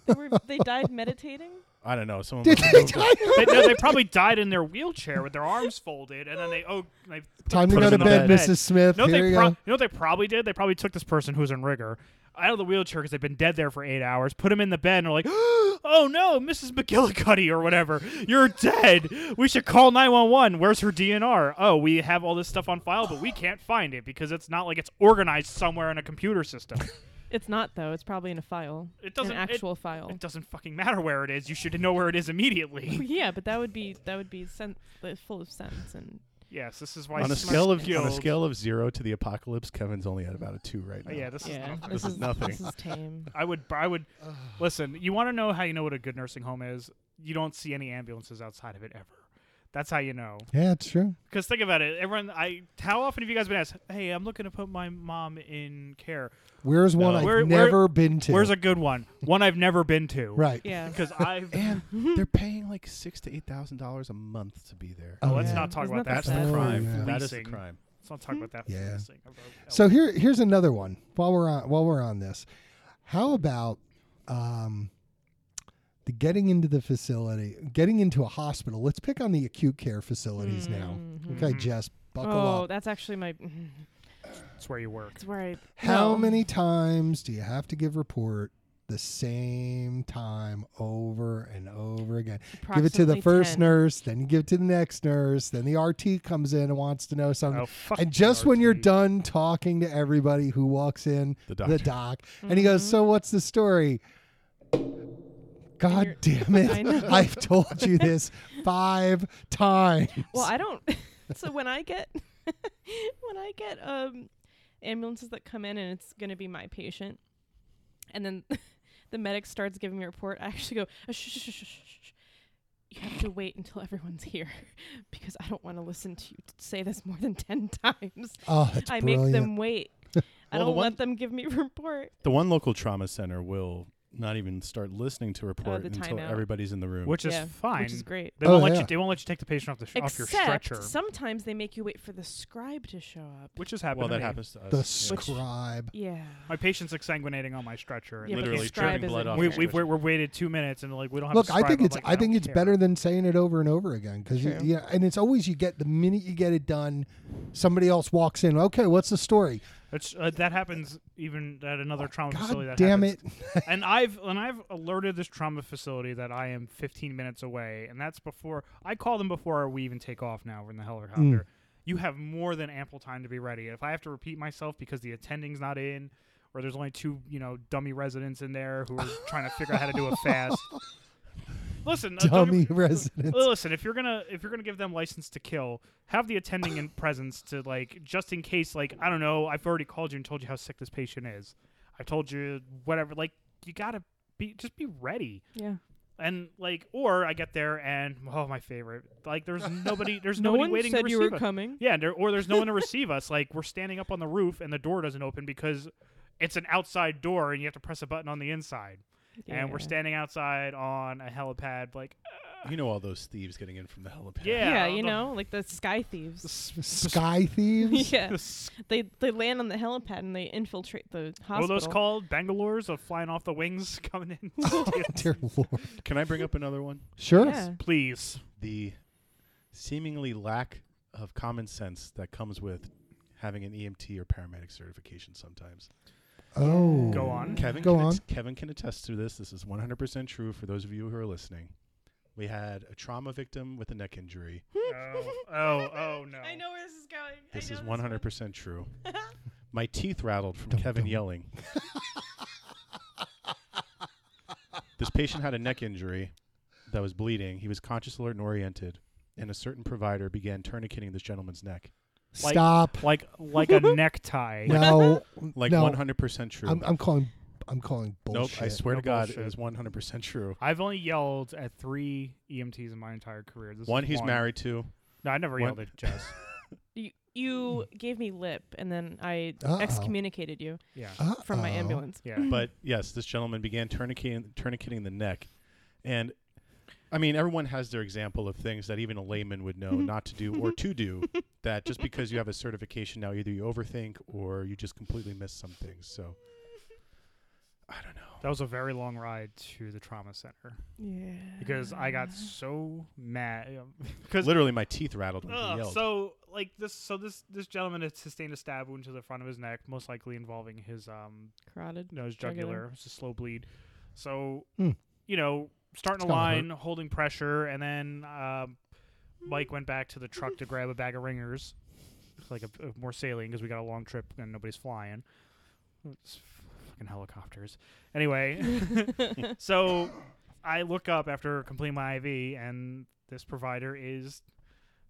Speaker 3: They, were, they died meditating?
Speaker 4: I don't know. Someone
Speaker 1: Did
Speaker 4: must
Speaker 1: they
Speaker 4: have moved
Speaker 1: die?
Speaker 2: they, no, they probably died in their wheelchair with their arms folded, and then they oh, they put
Speaker 1: Time to
Speaker 2: the
Speaker 1: go
Speaker 4: us
Speaker 1: to
Speaker 2: person
Speaker 4: in
Speaker 1: bed,
Speaker 2: on the
Speaker 1: Mrs. Smith.
Speaker 2: No,
Speaker 1: Here
Speaker 2: they
Speaker 1: you
Speaker 2: pro-
Speaker 1: go.
Speaker 2: you know what they probably did? They probably took this person who's in rigor out of the wheelchair because they've been dead there for eight hours, put him in the bed, and are like, "Oh no, Mrs. McGillicuddy or whatever, you're dead. We should call 911. Where's her DNR? Oh, we have all this stuff on file, but we can't find it because it's not like it's organized somewhere in a computer system.
Speaker 3: It's not, though. It's probably in a file.
Speaker 2: It doesn't.
Speaker 3: An
Speaker 2: it-
Speaker 3: actual file.
Speaker 2: It, doesn't fucking matter where it is. You should know where it is immediately.
Speaker 3: yeah, but that would be that would be sen- uh, full of sense and
Speaker 2: yes, this is why.
Speaker 4: on a
Speaker 2: Smart
Speaker 4: scale of on a
Speaker 2: Guild-
Speaker 4: scale of zero to the apocalypse, Kevin's only at about a two right now.
Speaker 2: Oh, Yeah, this is.
Speaker 3: yeah.
Speaker 2: nothing.
Speaker 4: This is nothing.
Speaker 3: This is tame.
Speaker 2: I would. I would. Listen, you want to know how you know what a good nursing home is? You don't see any ambulances outside of it ever. That's how you know.
Speaker 1: Yeah, it's true.
Speaker 2: Because think about it, everyone. I how often have you guys been asked? Hey, I'm looking to put my mom in care.
Speaker 1: Where's one
Speaker 4: No.
Speaker 1: I've
Speaker 2: Where- where-
Speaker 1: never been to?
Speaker 2: Where's a good one? One I've never been to.
Speaker 1: right?
Speaker 3: Yeah.
Speaker 2: Because I've.
Speaker 4: and they're paying like six to eight thousand dollars a month to be there.
Speaker 2: Oh,
Speaker 1: Oh,
Speaker 2: let's
Speaker 1: yeah.
Speaker 2: not talk
Speaker 3: Isn't
Speaker 2: about that.
Speaker 3: that
Speaker 4: That's
Speaker 3: the
Speaker 4: the
Speaker 1: sad
Speaker 4: crime.
Speaker 1: part?
Speaker 4: That is the
Speaker 2: Policing.
Speaker 4: crime.
Speaker 2: Let's not talk about that.
Speaker 1: Yeah.
Speaker 2: policing.
Speaker 1: So here, here's another one. While we're on, while we're on this, how about um, the getting into the facility, getting into a hospital? Let's pick on the acute care facilities now.
Speaker 3: Mhm.
Speaker 1: Okay,
Speaker 2: Mhm.
Speaker 1: Jess, buckle
Speaker 3: Oh,
Speaker 1: up.
Speaker 3: that's actually my.
Speaker 2: that's where you work.
Speaker 3: It's where I.
Speaker 1: How
Speaker 3: no.
Speaker 1: many times do you have to give report the same time over and over again? Give it to the
Speaker 3: Approximately
Speaker 1: first
Speaker 3: 10.
Speaker 1: nurse, then you give it to the next nurse, then the RT comes in and wants to know something.
Speaker 2: Oh, fuck
Speaker 1: um, and just when you're
Speaker 2: RT.
Speaker 1: done talking to everybody who walks in, the
Speaker 4: The doctor.
Speaker 1: doc, and he goes,
Speaker 3: Mm-hmm.
Speaker 1: "So what's the story?" God damn
Speaker 3: I
Speaker 1: it!
Speaker 3: know.
Speaker 1: I've told you this five times.
Speaker 3: Mm-hmm. Well, I don't. so when I get when I get um ambulances that come in and it's going to be my patient, and then the medic starts giving me a report, I actually go, "Uh, shh, shh, shh, shh, shh, shh. You have to wait until everyone's here because I don't want to listen to you say this more than 10 times.
Speaker 1: Oh, that's
Speaker 3: I
Speaker 1: brilliant.
Speaker 3: make them wait. I
Speaker 4: Well, the
Speaker 3: don't
Speaker 4: one-
Speaker 3: let them give me a report.
Speaker 4: The one local trauma center will not even start listening to a report
Speaker 3: Oh, the
Speaker 4: until
Speaker 3: timeout.
Speaker 4: everybody's in the room.
Speaker 2: which
Speaker 3: Yeah,
Speaker 2: is fine.
Speaker 3: Which is great.
Speaker 2: They
Speaker 1: Oh,
Speaker 2: won't let
Speaker 1: yeah.
Speaker 2: you. They won't let you take the patient off the sh- off your
Speaker 3: Except
Speaker 2: stretcher,
Speaker 3: sometimes they make you wait for the scribe to show up.
Speaker 2: which has happened.
Speaker 4: well,
Speaker 2: to
Speaker 4: that
Speaker 2: me.
Speaker 4: happens to us.
Speaker 1: the
Speaker 4: yeah.
Speaker 3: Which-
Speaker 1: scribe.
Speaker 3: Yeah.
Speaker 2: My patient's exsanguinating on my stretcher. and
Speaker 3: Yeah, but
Speaker 2: they
Speaker 4: literally
Speaker 2: can't-
Speaker 3: scribe
Speaker 4: dripping
Speaker 3: isn't
Speaker 4: blood off.
Speaker 3: there.
Speaker 2: we,
Speaker 4: your
Speaker 2: we,
Speaker 4: stretcher.
Speaker 2: we're, we're waited two minutes and like we don't have.
Speaker 1: Look,
Speaker 2: a
Speaker 1: I think
Speaker 2: scribe. I'm
Speaker 1: it's
Speaker 2: like,
Speaker 1: I, think
Speaker 2: don't
Speaker 1: it's
Speaker 2: care.
Speaker 1: better than saying it over and over again because
Speaker 3: True.
Speaker 1: yeah, and it's always you get the minute you get it done, somebody else walks in. Okay, what's the story?
Speaker 2: It's, uh, that happens even at another trauma facility.
Speaker 1: Oh, God
Speaker 2: That
Speaker 1: damn
Speaker 2: happens.
Speaker 1: it!
Speaker 2: and I've and I've alerted this trauma facility that I am 15 minutes away, and that's before I call them before we even take off. Now we're in the helicopter.
Speaker 1: Mm.
Speaker 2: You have more than ample time to be ready. If I have to repeat myself because the attending's not in, or there's only two you know dummy residents in there who are trying to figure out how to do a fast. Listen, a
Speaker 1: Dummy residents.
Speaker 2: well, Listen, if you're gonna if you're gonna give them license to kill, have the attending in presence to like just in case. Like I don't know, I've already called you and told you how sick this patient is. I told you whatever. Like you gotta be just be ready.
Speaker 3: Yeah.
Speaker 2: And like, or I get there and oh, my favorite. Like there's nobody. There's
Speaker 3: No
Speaker 2: nobody
Speaker 3: one
Speaker 2: waiting to
Speaker 3: said
Speaker 2: receive
Speaker 3: you were
Speaker 2: us.
Speaker 3: coming.
Speaker 2: Yeah, there, or there's no one to receive us. Like we're standing up on the roof and the door doesn't open because it's an outside door and you have to press a button on the inside. And we're
Speaker 3: Yeah.
Speaker 2: standing outside on a helipad, like
Speaker 4: you know all those thieves getting in from the helipad.
Speaker 2: yeah,
Speaker 3: you
Speaker 2: the-
Speaker 3: know, like the sky thieves.
Speaker 1: S- Sky thieves.
Speaker 3: yeah,
Speaker 2: the
Speaker 3: they they land on the helipad and they infiltrate the hospital.
Speaker 2: What are those called? Bangalores of flying off the wings coming in?
Speaker 1: Oh, Dear Lord.
Speaker 4: Can I bring up another one?
Speaker 1: Sure.
Speaker 3: Yeah.
Speaker 2: Please.
Speaker 4: The seemingly lack of common sense that comes with having an EMT or paramedic certification sometimes.
Speaker 1: Oh.
Speaker 2: Go on.
Speaker 4: Kevin,
Speaker 1: Go
Speaker 4: can
Speaker 1: on.
Speaker 4: att- Kevin can attest to this. This is 100% true for those of you who are listening. We had a trauma victim with a neck injury.
Speaker 2: Oh, oh, oh, no.
Speaker 3: I know where this is going.
Speaker 4: This
Speaker 3: I
Speaker 4: is
Speaker 3: know
Speaker 4: 100% true. My teeth rattled from
Speaker 1: Dum,
Speaker 4: Kevin
Speaker 1: dum.
Speaker 4: yelling. this patient had a neck injury that was bleeding. He was conscious, alert, and oriented. And a certain provider began tourniqueting this gentleman's neck.
Speaker 2: Like-
Speaker 1: Stop.
Speaker 2: Like like a necktie.
Speaker 1: No.
Speaker 4: Like
Speaker 1: no.
Speaker 4: 100% true.
Speaker 1: I'm, I'm calling. I'm calling
Speaker 4: nope,
Speaker 1: bullshit.
Speaker 4: I swear
Speaker 2: No
Speaker 4: to God,
Speaker 2: bullshit.
Speaker 4: it was 100% true.
Speaker 2: I've only yelled at three EMTs in my entire career. This is
Speaker 4: One he's married to.
Speaker 2: No, I never
Speaker 4: One-
Speaker 2: yelled at Jess.
Speaker 3: You, you gave me lip, and then I
Speaker 1: Uh-oh.
Speaker 3: excommunicated you
Speaker 2: Yeah.
Speaker 3: from my
Speaker 1: Uh-oh.
Speaker 3: ambulance.
Speaker 2: Yeah.
Speaker 4: But yes, this gentleman began tourniqueting, tourniqueting the neck. And I mean, everyone has their example of things that even a layman would know not to do or to do. That just because you have a certification now, either you overthink or you just completely miss some things. So I don't know.
Speaker 2: That was a very long ride to the trauma center
Speaker 3: Yeah.
Speaker 2: because I got so mad. Because
Speaker 4: Literally, my teeth rattled when he
Speaker 2: Ugh,
Speaker 4: yelled.
Speaker 2: so like this so this this gentleman had sustained a stab wound to the front of his neck, most likely involving his um
Speaker 3: carotid.
Speaker 2: nose
Speaker 3: Jugular.
Speaker 2: jugular. It's a slow bleed. So,
Speaker 1: Hmm.
Speaker 2: you know,
Speaker 1: It's
Speaker 2: starting a
Speaker 1: gonna
Speaker 2: line, holding pressure, and then um, Mike went back to the truck to grab a bag of ringers, like a, a more saline because we got a long trip and nobody's flying. It's fucking helicopters. Anyway, so I look up after completing my IV, and this provider is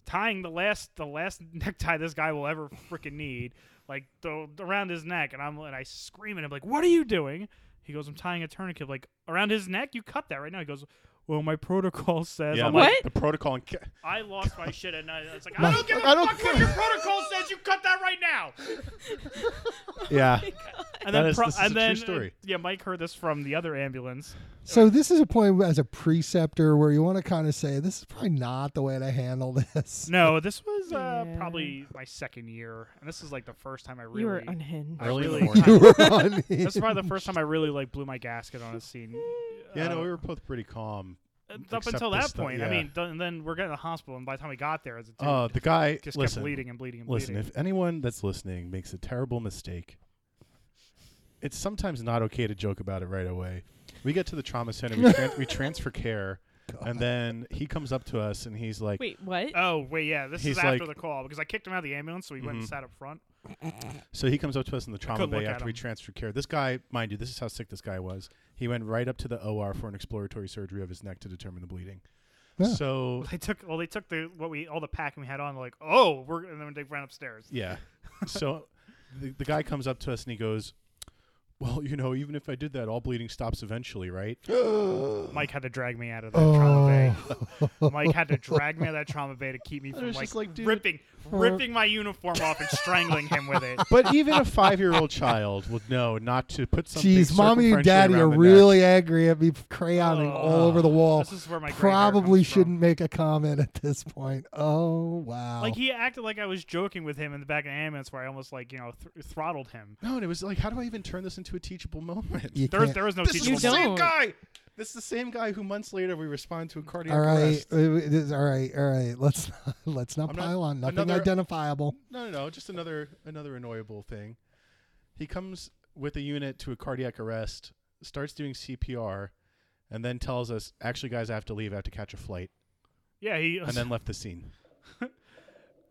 Speaker 2: tying the last the last necktie this guy will ever freaking need, like the, around his neck, and I'm and I scream at him like, "What are you doing?" He goes, "I'm tying a tourniquet like around his neck. You cut that right now." He goes, "Well, my protocol says."
Speaker 4: yeah,
Speaker 2: I'm
Speaker 4: my-
Speaker 2: like,
Speaker 3: What?
Speaker 4: the protocol. And ca-
Speaker 2: I lost my shit at night. It's like
Speaker 1: My-
Speaker 2: I don't give a
Speaker 1: I don't
Speaker 2: fuck what
Speaker 1: care.
Speaker 2: your protocol says. You cut that right now. Oh
Speaker 4: yeah.
Speaker 2: And
Speaker 4: That
Speaker 2: then,
Speaker 4: is-
Speaker 2: pro-
Speaker 4: this is
Speaker 2: and
Speaker 4: a true
Speaker 2: then uh,
Speaker 4: story.
Speaker 2: yeah, Mike heard this from the other ambulance.
Speaker 1: So this is a point as a preceptor where you want to kind of say this is probably not the way to handle this.
Speaker 2: No, this was uh,
Speaker 3: Yeah.
Speaker 2: probably my second year, and this is like the first time I really.
Speaker 3: you were unhinged.
Speaker 2: I
Speaker 4: Early in the
Speaker 2: really-
Speaker 4: morning.
Speaker 1: You were on
Speaker 2: this is probably the first time I really like blew my gasket on a scene.
Speaker 4: Yeah,
Speaker 2: Uh,
Speaker 4: no, we were both pretty calm.
Speaker 2: up
Speaker 4: except
Speaker 2: until
Speaker 4: this
Speaker 2: that
Speaker 4: stuff-
Speaker 2: point.
Speaker 4: yeah.
Speaker 2: I mean, th- and then we're getting to the hospital, and by the time we got there, as a dude,
Speaker 4: Uh, the guy,
Speaker 2: just kept
Speaker 4: listen,
Speaker 2: bleeding and bleeding and
Speaker 4: Listen,
Speaker 2: bleeding.
Speaker 4: if anyone that's listening makes a terrible mistake, it's sometimes not okay to joke about it right away. We get to the trauma center, we, tran- we transfer care, and then he comes up to us and he's like,
Speaker 3: Wait, what?
Speaker 2: oh wait, yeah, this is
Speaker 4: He's
Speaker 2: after
Speaker 4: like-
Speaker 2: the call because I kicked him out of the ambulance, so he went and
Speaker 4: Mhm.
Speaker 2: sat up front.
Speaker 4: So he comes up to us in the trauma
Speaker 2: couldn't
Speaker 4: bay
Speaker 2: look at
Speaker 4: after we
Speaker 2: him.
Speaker 4: transfer care. This guy, mind you, this is how sick this guy was. He went right up to the OR for an exploratory surgery of his neck to determine the bleeding.
Speaker 1: Yeah.
Speaker 4: So,
Speaker 2: They took well, they took the what we all the packing we had on. Like, oh, we're and then they ran upstairs.
Speaker 4: yeah. so the, the guy comes up to us and he goes, well, you know, even if I did that, all bleeding stops eventually, right?
Speaker 2: Mike had to drag me out of that trauma bay.
Speaker 1: Oh.
Speaker 2: Mike had to drag me out of that trauma bay to keep me
Speaker 4: And
Speaker 2: from
Speaker 4: it's
Speaker 2: like,
Speaker 4: just like, dude-
Speaker 2: ripping ripping my uniform off and strangling him with it.
Speaker 4: But even a five-year-old child would know not to put something.
Speaker 1: Jeez, mommy and
Speaker 4: circumferentially
Speaker 1: daddy
Speaker 4: around
Speaker 1: are
Speaker 4: the neck.
Speaker 1: really angry at me for crayoning all
Speaker 2: Ugh.
Speaker 1: over the wall.
Speaker 2: Oh, This is where my gray hair comes
Speaker 1: Probably
Speaker 2: from.
Speaker 1: shouldn't make a comment at this point. Oh wow!
Speaker 2: Like he acted like I was joking with him in the back of the ambulance, where I almost like you know th- throttled him.
Speaker 4: No, and it was like, how do I even turn this into a teachable moment?
Speaker 1: You
Speaker 2: There,
Speaker 1: can't-
Speaker 2: there was no
Speaker 4: this is
Speaker 2: teachable.
Speaker 4: the
Speaker 3: You
Speaker 4: same
Speaker 3: don't.
Speaker 4: guy. This is the same guy who months later we respond to a cardiac
Speaker 1: all right,
Speaker 4: arrest.
Speaker 1: uh, it is- all right, all right. Let's not, let's not
Speaker 4: I'm not-
Speaker 1: pile on. Nothing
Speaker 4: another-
Speaker 1: identifiable.
Speaker 4: No, no, no. Just another another annoyable thing. He comes with a unit to a cardiac arrest, starts doing CPR, and then tells us, "Actually, guys, I have to leave. I have to catch a flight,"
Speaker 2: Yeah, he.
Speaker 4: and then left the scene.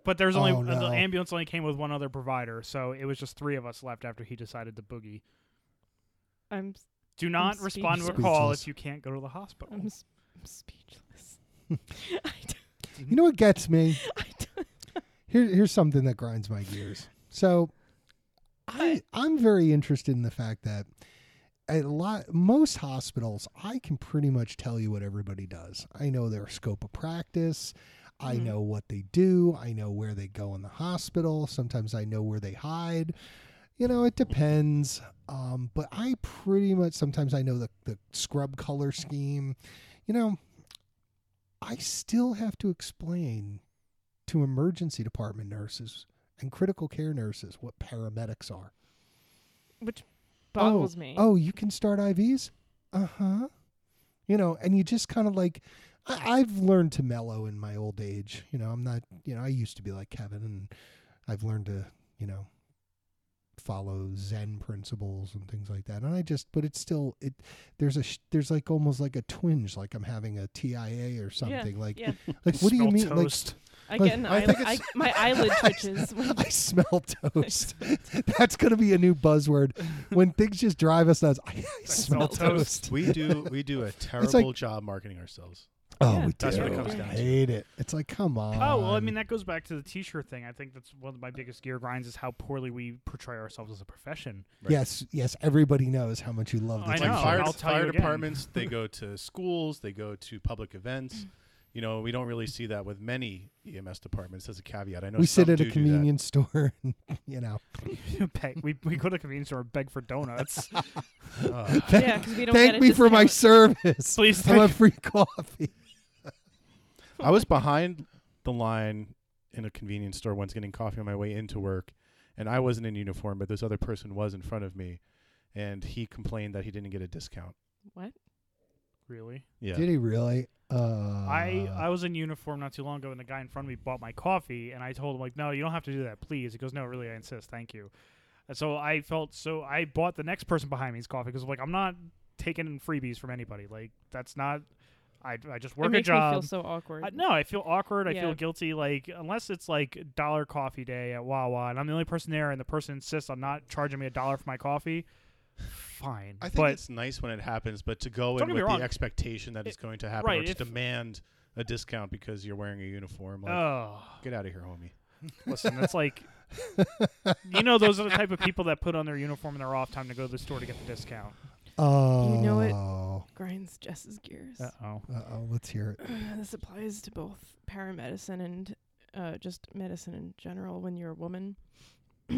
Speaker 2: but there's only
Speaker 1: Oh,
Speaker 2: the
Speaker 1: no.
Speaker 2: ambulance only came with one other provider, so it was just three of us left after he decided to boogie.
Speaker 3: I'm s-
Speaker 2: Do not respond to a call if you can't go to the hospital.
Speaker 3: I'm, s- I'm speechless. I don't,
Speaker 1: You know what gets me?
Speaker 3: I
Speaker 4: Oh,
Speaker 3: don't.
Speaker 1: Here, here's something that grinds my gears. So, I I'm very interested in the fact that a lot most hospitals I can pretty much tell you what everybody does. I know their scope of practice. I
Speaker 3: Mhm.
Speaker 1: know what they do. I know where they go in the hospital. Sometimes I know where they hide. You know, it depends. Um, but I pretty much sometimes I know the, the scrub color scheme. You know, I still have to explain to emergency department nurses and critical care nurses what paramedics are.
Speaker 3: Which boggles me.
Speaker 1: Oh, you can start IVs? Uh huh. You know, and you just kind of like, I, I've learned to mellow in my old age. You know, I'm not, you know, I used to be like Kevin, and I've learned to, you know, follow Zen principles and things like that. And I just, but it's still, it, there's a, sh- there's like almost like a twinge, like I'm having a TIA or something. like,
Speaker 3: yeah.
Speaker 1: like, what do you
Speaker 2: Smell
Speaker 1: mean? Like,
Speaker 2: Toast.
Speaker 3: I
Speaker 1: Like,
Speaker 3: get an
Speaker 4: I
Speaker 3: eyelid.
Speaker 4: think
Speaker 3: I,
Speaker 4: it's-
Speaker 3: my eyelid twitches. when-
Speaker 1: I smell toast. That's going to be a new buzzword. When things just drive us nuts, I, I smell,
Speaker 2: smell toast.
Speaker 1: toast.
Speaker 4: We do we do a terrible job marketing ourselves.
Speaker 1: Oh,
Speaker 3: Yeah,
Speaker 1: we
Speaker 4: that's
Speaker 1: do.
Speaker 4: what it comes
Speaker 1: I
Speaker 4: down to.
Speaker 1: hate it. It's like, come on.
Speaker 2: Oh
Speaker 3: Um,
Speaker 2: well, I mean that goes back to the T-shirt thing. I think that's one of my biggest gear grinds is how poorly we portray ourselves as a profession.
Speaker 4: Right.
Speaker 1: yes, yes. Everybody knows how much you love the
Speaker 2: I
Speaker 4: It's
Speaker 2: know.
Speaker 4: like fire,
Speaker 2: I'll tell you
Speaker 4: fire
Speaker 2: again.
Speaker 4: departments, they go to schools, they go to public events.
Speaker 1: Mm.
Speaker 4: You know, we don't really see that with many EMS departments as a caveat. I know
Speaker 1: We sit
Speaker 4: some
Speaker 1: at a
Speaker 4: do do that.
Speaker 1: convenience store, and you know.
Speaker 2: Beg- we we go to the convenience store and beg for donuts.
Speaker 4: Ugh.
Speaker 3: Yeah, 'cause we don't
Speaker 1: Thank
Speaker 3: get a
Speaker 1: me for my
Speaker 3: discount.
Speaker 1: service.
Speaker 2: Please
Speaker 1: I want
Speaker 2: thank-
Speaker 1: free coffee.
Speaker 4: I was behind the line in a convenience store once getting coffee on my way into work, and I wasn't in uniform, but this other person was in front of me, and he complained that he didn't get a discount.
Speaker 3: What?
Speaker 2: Really?
Speaker 4: Yeah.
Speaker 1: Did he really? Uh,
Speaker 2: I I was in uniform not too long ago, and the guy in front of me bought my coffee, and I told him like, "No, you don't have to do that, please." He goes, "No, really, I insist. Thank you." And so I felt so I bought the next person behind me's coffee because like I'm not taking freebies from anybody. Like that's not. I I just work
Speaker 3: it
Speaker 2: a
Speaker 3: makes
Speaker 2: job.
Speaker 3: Me feel so awkward.
Speaker 2: I, no, I feel awkward. I
Speaker 3: Yeah.
Speaker 2: feel guilty. Like unless it's like dollar coffee day at Wawa, and I'm the only person there, and the person insists on not charging me a dollar for my coffee. Fine,
Speaker 4: I think
Speaker 2: but
Speaker 4: it's nice when it happens, but to
Speaker 2: Don't
Speaker 4: go in
Speaker 2: get me
Speaker 4: with
Speaker 2: wrong.
Speaker 4: the expectation that
Speaker 2: It-
Speaker 4: it's going to happen
Speaker 2: right,
Speaker 4: or to
Speaker 2: if-
Speaker 4: demand a discount because you're wearing a uniform, like,
Speaker 2: oh,
Speaker 4: get out of here, homie.
Speaker 2: listen, it's like you know those are the type of people that put on their uniform in their off time to go to the store to get the discount.
Speaker 1: Oh,
Speaker 3: You know what?
Speaker 1: Uh
Speaker 3: Grinds Jess's gears.
Speaker 2: oh,
Speaker 1: oh. Let's hear it.
Speaker 3: this applies to both paramedicine and uh, just medicine in general when you're a woman.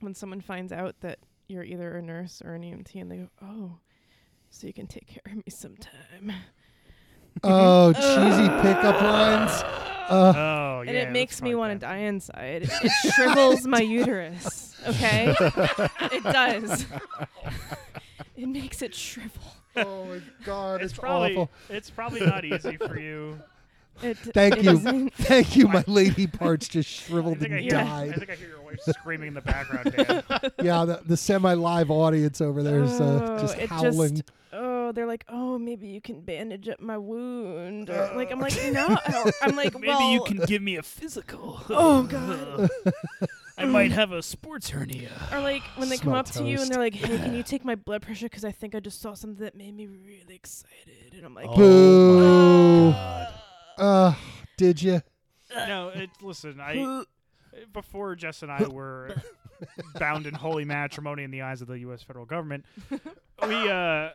Speaker 3: when someone finds out that you're either a nurse or an EMT and they go, oh, so you can take care of me sometime.
Speaker 1: Oh, cheesy pickup lines. Uh,
Speaker 2: oh,
Speaker 3: and it makes me want to die inside. It shrivels my uterus, okay? it does. it makes it shrivel.
Speaker 1: oh my God,
Speaker 2: It's,
Speaker 1: it's,
Speaker 2: probably
Speaker 1: awful.
Speaker 2: it's probably not easy for you.
Speaker 3: It,
Speaker 1: Thank
Speaker 3: it
Speaker 1: you.
Speaker 3: isn't-
Speaker 1: Thank you, my lady parts just
Speaker 2: I
Speaker 1: shriveled
Speaker 2: think I,
Speaker 1: and
Speaker 2: hear,
Speaker 1: died.
Speaker 2: I think I hear your wife screaming in the background. Dan.
Speaker 1: yeah, the, the semi-live audience over there is uh,
Speaker 3: Oh,
Speaker 1: just
Speaker 3: it
Speaker 1: howling.
Speaker 3: just- oh, they're like, oh, maybe you can bandage up my wound. Or, like, I'm like, no. I'm like,
Speaker 2: Maybe
Speaker 3: well,
Speaker 2: you can give me a physical.
Speaker 3: Oh, God.
Speaker 2: I might have a sports hernia.
Speaker 3: Or like when they come
Speaker 1: Smell
Speaker 3: up to you and
Speaker 1: toast.
Speaker 3: they're like, "Hey, can you take my blood pressure? Because I think I just saw something that made me really excited." And I'm like,
Speaker 1: Boo.
Speaker 4: Oh my God.
Speaker 1: uh, did you?
Speaker 2: No, it, listen, I before Jess and I were bound in holy matrimony in the eyes of the U.S. federal government. We uh,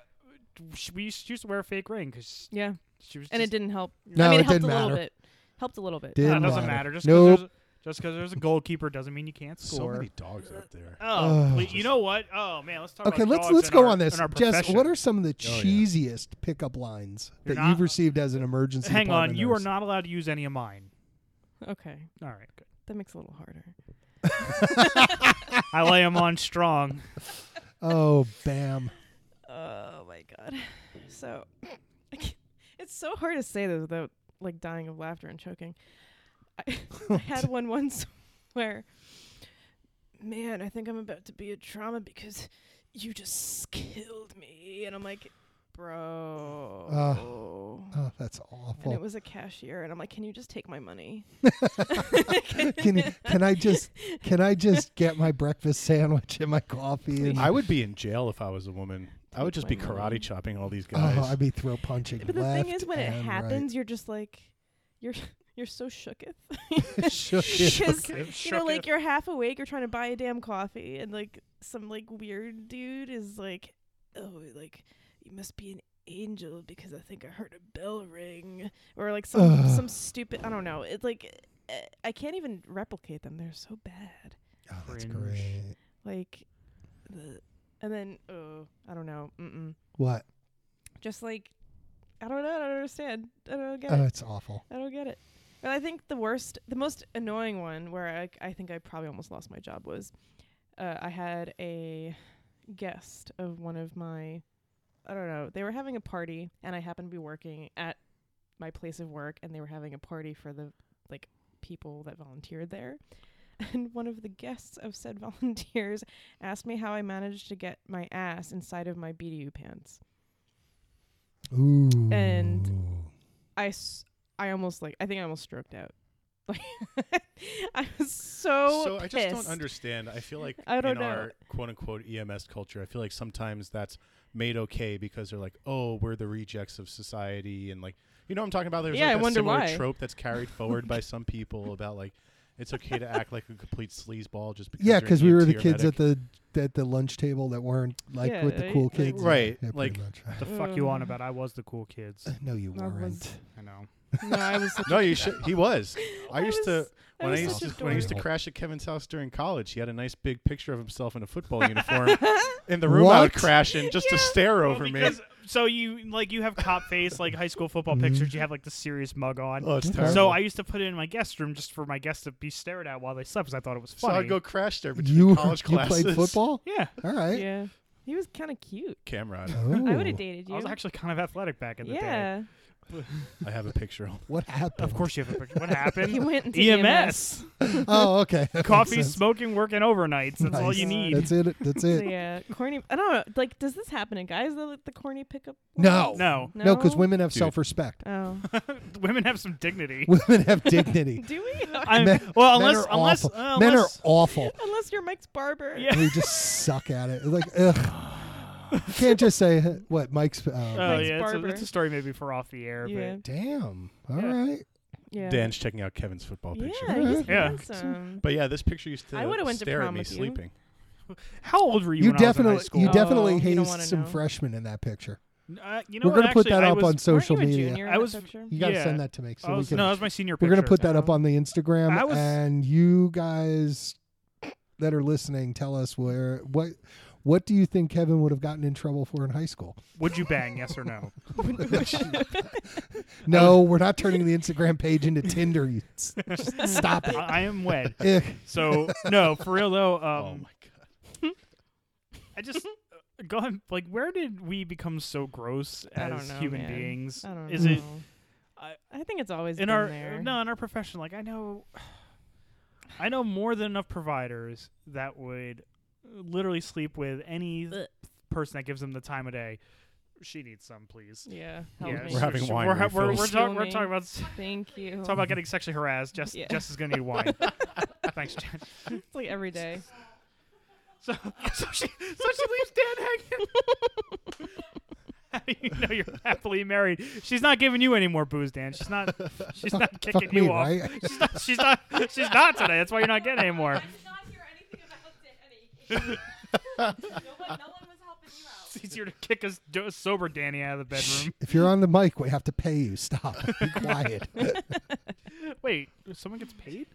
Speaker 2: sh- we used used to wear a fake ring because
Speaker 3: yeah,
Speaker 2: she was.
Speaker 3: and it
Speaker 2: just,
Speaker 3: didn't help.
Speaker 1: No,
Speaker 3: I
Speaker 1: it
Speaker 3: mean, it, helped
Speaker 1: didn't
Speaker 3: a little
Speaker 1: matter.
Speaker 3: bit. Helped a little bit.
Speaker 1: Didn't
Speaker 2: Nah, it doesn't
Speaker 1: matter.
Speaker 2: matter. Just 'cause
Speaker 1: Nope.
Speaker 2: there's just because there's a goalkeeper doesn't mean you can't
Speaker 4: So
Speaker 2: score.
Speaker 4: many dogs out there.
Speaker 2: Oh,
Speaker 1: Ugh.
Speaker 2: please- you know what? Oh man, let's talk.
Speaker 1: Okay,
Speaker 2: about
Speaker 1: let's
Speaker 2: dogs
Speaker 1: let's
Speaker 2: in
Speaker 1: go
Speaker 2: our-
Speaker 1: on this.
Speaker 2: in our
Speaker 1: Jess,
Speaker 2: profession.
Speaker 1: what are some of the
Speaker 4: Oh, yeah.
Speaker 1: cheesiest pickup lines
Speaker 2: You're
Speaker 1: that
Speaker 2: not-
Speaker 1: you've received as an emergency?
Speaker 2: Hang on,
Speaker 1: department
Speaker 2: you are
Speaker 1: nurse?
Speaker 2: not allowed to use any of mine.
Speaker 3: Okay,
Speaker 2: All right, good.
Speaker 3: that makes it a little harder.
Speaker 2: I lay them on strong.
Speaker 1: Oh, bam!
Speaker 3: Oh my god. So I can't- it's so hard to say this without like dying of laughter and choking. I, I had one once where, man, I think I'm about to be a trauma because you just killed me, and I'm like, bro.
Speaker 1: Oh, that's
Speaker 3: and it
Speaker 1: awful.
Speaker 3: was a cashier, and I'm like, can you just take my money?
Speaker 1: Can you, can I just can I just get my breakfast sandwich and my coffee? And
Speaker 4: I would be in jail if I was a woman. I would just be karate chopping all these guys.
Speaker 1: oh, I'd be throw punching.
Speaker 3: But the thing is,
Speaker 1: left
Speaker 3: when it
Speaker 1: and right.
Speaker 3: happens, you're just like, you're you're so shooketh.
Speaker 1: Shook it.
Speaker 3: Because
Speaker 2: Okay,
Speaker 3: you
Speaker 2: shook
Speaker 3: know,
Speaker 2: it.
Speaker 3: like you're half awake, you're trying to buy a damn coffee, and like some like weird dude is like, "Oh, like you must be an angel because I think I heard a bell ring," or like some
Speaker 1: Ugh.
Speaker 3: some stupid. I don't know. It's like uh, I can't even replicate them. They're so bad.
Speaker 1: Oh, that's
Speaker 2: Cringe.
Speaker 1: great.
Speaker 3: Like, the and then oh, I don't know. Mm-mm.
Speaker 1: What?
Speaker 3: Just like I don't know. I don't understand. I don't get it.
Speaker 1: Oh, it's awful.
Speaker 3: I don't get it. And I think the worst, the most annoying one, where I, I think I probably almost lost my job, was uh, I had a guest of one of my, I don't know, they were having a party, and I happened to be working at my place of work, and they were having a party for the like people that volunteered there. And one of the guests of said volunteers asked me how I managed to get my ass inside of my BDU pants.
Speaker 1: Ooh.
Speaker 3: And- I, s- I almost like I think I almost stroked out. Like I was so
Speaker 4: so I just don't
Speaker 3: pissed.
Speaker 4: understand. I feel like
Speaker 3: I don't
Speaker 4: in
Speaker 3: know.
Speaker 4: our quote unquote EMS culture, I feel like sometimes that's made okay because they're like, oh, we're the rejects of society, and like, you know, what I'm talking about. There's
Speaker 3: Yeah,
Speaker 4: like
Speaker 3: I
Speaker 4: that
Speaker 3: wonder
Speaker 4: similar
Speaker 3: why.
Speaker 4: trope that's carried forward by some people about like, it's okay to act like a complete sleazeball just because.
Speaker 1: Yeah,
Speaker 4: because
Speaker 1: because we were the kids at the at the lunch table that weren't like
Speaker 3: Yeah,
Speaker 1: with the
Speaker 3: right?
Speaker 1: cool
Speaker 3: Like-
Speaker 1: kids,
Speaker 4: Right,
Speaker 1: Yeah, pretty
Speaker 4: like-
Speaker 1: much.
Speaker 2: The fuck you on
Speaker 3: Ugh.
Speaker 2: about? I was the cool kids.
Speaker 1: no, you
Speaker 3: That was-
Speaker 1: weren't.
Speaker 2: I know.
Speaker 3: No, I was.
Speaker 4: No, you should. He was. I,
Speaker 3: I
Speaker 4: used to
Speaker 3: was-
Speaker 4: when I,
Speaker 3: was
Speaker 4: used to
Speaker 3: such a
Speaker 4: when I used to
Speaker 1: dork.
Speaker 4: crash at Kevin's house during college. He had a nice big picture of himself in a football uniform in the room. I
Speaker 1: What?
Speaker 4: would crash in just to stare
Speaker 2: Well,
Speaker 4: over me.
Speaker 2: because- So you like you have cop face like high school football
Speaker 1: Mhm.
Speaker 2: pictures. You have like the serious mug on.
Speaker 4: Oh, it's
Speaker 1: So
Speaker 4: terrible.
Speaker 2: so I used to put it in my guest room just for my guests to be stared at while they slept because I thought it was
Speaker 4: So
Speaker 2: funny.
Speaker 4: I'd go crash there between
Speaker 1: You,
Speaker 4: college
Speaker 1: you
Speaker 4: classes.
Speaker 1: played football.
Speaker 2: yeah,
Speaker 1: All right.
Speaker 3: yeah, he was kind of cute.
Speaker 4: Cameron,
Speaker 1: Oh,
Speaker 3: I would have dated you.
Speaker 2: I was actually kind of athletic back in the day.
Speaker 3: yeah,
Speaker 4: I have a picture.
Speaker 1: what happened?
Speaker 2: Of course, you have a picture. What
Speaker 3: he
Speaker 2: happened?
Speaker 3: went into
Speaker 4: E
Speaker 3: E
Speaker 2: EMS,
Speaker 1: oh, okay. That
Speaker 2: coffee,
Speaker 1: makes sense.
Speaker 2: smoking, working overnights. That's all
Speaker 1: Nice.
Speaker 2: you need.
Speaker 1: That's it. That's
Speaker 3: So
Speaker 1: it.
Speaker 3: yeah, corny. I don't know. Like, does this happen in guys? The, like, the corny pickup.
Speaker 1: No.
Speaker 3: lines?
Speaker 2: no,
Speaker 1: No, because
Speaker 3: No?
Speaker 1: women have
Speaker 4: Dude.
Speaker 1: self-respect.
Speaker 3: Oh,
Speaker 2: women have some dignity.
Speaker 1: Women have dignity.
Speaker 3: do we?
Speaker 2: I
Speaker 1: Men-
Speaker 2: well,
Speaker 1: men
Speaker 2: unless
Speaker 1: are
Speaker 2: unless
Speaker 1: awful.
Speaker 2: uh,
Speaker 1: Men are
Speaker 2: unless-
Speaker 1: awful.
Speaker 3: Unless you're Mike's barber.
Speaker 2: Yeah.
Speaker 1: We just suck at it. It's Like, ugh. You can't just say what Mike's. Uh,
Speaker 2: Oh
Speaker 3: Mike's
Speaker 2: yeah, it's a,
Speaker 3: barber.
Speaker 2: it's a story maybe for off the air.
Speaker 3: Yeah.
Speaker 1: Damn. All right.
Speaker 2: Yeah.
Speaker 3: Yeah.
Speaker 4: Dan's checking out Kevin's football picture.
Speaker 3: Yeah, he's
Speaker 1: Alright.
Speaker 2: Yeah.
Speaker 3: handsome.
Speaker 4: But yeah, this picture used to
Speaker 3: I would've went to
Speaker 4: stare at
Speaker 3: prom
Speaker 4: me
Speaker 3: with you.
Speaker 4: sleeping.
Speaker 2: But how old were you?
Speaker 1: You
Speaker 2: when I was in
Speaker 1: definitely,
Speaker 2: high school?
Speaker 1: you
Speaker 3: Oh,
Speaker 1: definitely
Speaker 3: you don't
Speaker 1: hazed
Speaker 3: wanna
Speaker 1: some
Speaker 3: know.
Speaker 1: freshmen in that picture.
Speaker 2: Uh, you know
Speaker 1: We're
Speaker 2: what,
Speaker 1: gonna put
Speaker 2: actually,
Speaker 1: that
Speaker 2: I
Speaker 1: up
Speaker 2: was-
Speaker 1: on social
Speaker 3: Weren't you a
Speaker 1: media.
Speaker 3: junior in
Speaker 2: I
Speaker 3: that
Speaker 2: was-
Speaker 3: picture?
Speaker 1: You gotta
Speaker 2: Yeah.
Speaker 1: send that to me so
Speaker 2: I
Speaker 1: we
Speaker 2: was-
Speaker 1: can.
Speaker 2: Oh, no, that was my senior.
Speaker 1: we're gonna
Speaker 2: picture.
Speaker 1: put that up on the
Speaker 2: I
Speaker 1: Instagram,
Speaker 2: was-
Speaker 1: and you guys that are listening, tell us where what what do you think Kevin would have gotten in trouble for in high school?
Speaker 2: Would you bang? Yes or no? Oh.
Speaker 1: No, we're not turning the Instagram page into Tinder. You s- stop
Speaker 2: I,
Speaker 1: it.
Speaker 2: I am wed.
Speaker 1: Ugh.
Speaker 2: So no, for real though. Um,
Speaker 4: oh my god!
Speaker 2: I just uh, go on. Like, where did we become so gross
Speaker 3: I don't
Speaker 2: as
Speaker 3: know,
Speaker 2: human
Speaker 3: man.
Speaker 2: beings?
Speaker 3: I don't
Speaker 2: Is
Speaker 3: know.
Speaker 2: it I-
Speaker 3: I think it's always
Speaker 2: in
Speaker 3: been
Speaker 2: our
Speaker 3: there.
Speaker 2: no in our profession? Like, I know, I know more than enough providers that would literally sleep with any
Speaker 3: Ugh.
Speaker 2: person that gives them the time of day. She needs some, please.
Speaker 3: Yeah. Help
Speaker 2: Yeah,
Speaker 3: me.
Speaker 4: We're having
Speaker 2: she-
Speaker 4: wine
Speaker 2: We're, ha- we're,
Speaker 4: refills.
Speaker 2: we're, talk-
Speaker 3: Kill
Speaker 2: we're
Speaker 3: me.
Speaker 2: talking about s-
Speaker 3: Thank you.
Speaker 2: talk about getting sexually harassed. Jess,
Speaker 3: Mm-hmm. Yeah.
Speaker 2: Jess is gonna need wine. Thanks, Jess.
Speaker 3: It's like every day.
Speaker 2: So, so she so she leaves Dan hanging. How do you know you're happily married? She's not giving you any more booze, Dan. She's not. She's not kicking
Speaker 1: Fuck
Speaker 2: you
Speaker 1: me,
Speaker 2: off.
Speaker 1: right?
Speaker 2: She's not. She's not. She's not today. That's why you're not getting any more.
Speaker 5: I did not hear anything about Dan.
Speaker 2: It's easier to kick a, s- do- a sober Danny out of the bedroom.
Speaker 1: If you're on the mic, we have to pay you. Stop. Be quiet.
Speaker 2: Wait, someone gets paid?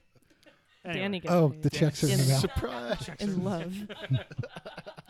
Speaker 3: Danny gets
Speaker 1: oh,
Speaker 3: paid.
Speaker 1: the checks are in the mail.
Speaker 4: Surprise.
Speaker 3: in love.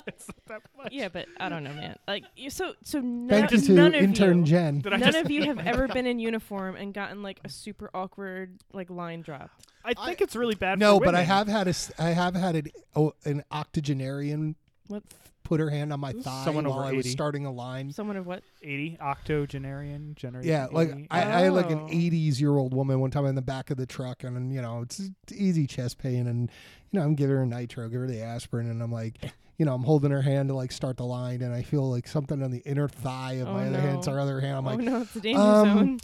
Speaker 2: It's not that much.
Speaker 3: yeah, but I don't know, man. Like you, so so no,
Speaker 1: Thank you
Speaker 3: none
Speaker 1: to
Speaker 3: of
Speaker 1: intern
Speaker 3: you,
Speaker 1: Jen.
Speaker 2: Did I
Speaker 3: none
Speaker 2: just-
Speaker 3: of you have ever been in uniform and gotten like a super awkward like line dropped.
Speaker 2: I think it's really bad.
Speaker 1: No,
Speaker 2: for
Speaker 1: but I
Speaker 2: women.
Speaker 1: have had a s- I have had an oh, an octogenarian
Speaker 3: What?
Speaker 1: put her hand on my thigh
Speaker 2: Someone
Speaker 1: while
Speaker 2: over
Speaker 1: I was
Speaker 2: 80.
Speaker 1: starting a line.
Speaker 3: Someone of what?
Speaker 2: eighty octogenarian generation.
Speaker 1: Yeah, like
Speaker 2: 80.
Speaker 1: I, I had like an
Speaker 3: Oh.
Speaker 1: 80s year old woman one time in the back of the truck, and you know it's it's easy chest pain, and you know I'm giving her nitro, give her the aspirin, and I'm like, you know I'm holding her hand to like start the line, and I feel like something on the inner thigh of
Speaker 3: Oh,
Speaker 1: my other hand, it's
Speaker 3: no.
Speaker 1: our other hand. I'm
Speaker 3: oh
Speaker 1: like,
Speaker 3: no, it's a danger
Speaker 1: um,
Speaker 3: zone.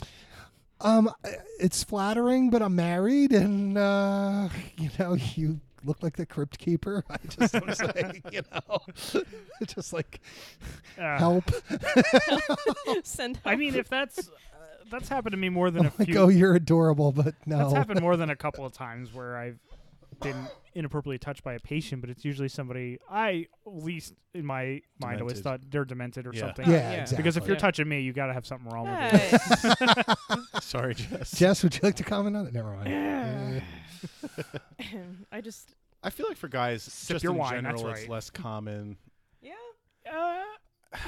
Speaker 1: um, it's flattering, but I'm married, and uh, you know you look like the crypt keeper. I just was like, you know, just like
Speaker 2: Uh,
Speaker 1: help.
Speaker 3: Send.
Speaker 2: Oh. I
Speaker 3: help.
Speaker 2: mean, if that's uh, that's happened to me more than a
Speaker 1: Like,
Speaker 2: few.
Speaker 1: oh, you're adorable, but
Speaker 2: That's
Speaker 1: no.
Speaker 2: happened more than a couple of times where I've been inappropriately touched by a patient, but it's usually somebody I at least in my mind always
Speaker 4: Demented.
Speaker 2: thought they're demented or
Speaker 4: Yeah.
Speaker 2: something.
Speaker 1: Yeah,
Speaker 3: Yeah.
Speaker 1: exactly.
Speaker 2: Because if you're
Speaker 3: Yeah.
Speaker 2: touching me, you got to have something wrong with you.
Speaker 3: Hey.
Speaker 4: Sorry, Jess.
Speaker 1: Jess, would you like to comment on it? Never mind. Yeah.
Speaker 3: I just
Speaker 4: I feel like for guys, just
Speaker 2: your
Speaker 4: in
Speaker 2: wine, that's
Speaker 4: general, it's
Speaker 2: right.
Speaker 4: less common.
Speaker 3: yeah.
Speaker 2: Uh,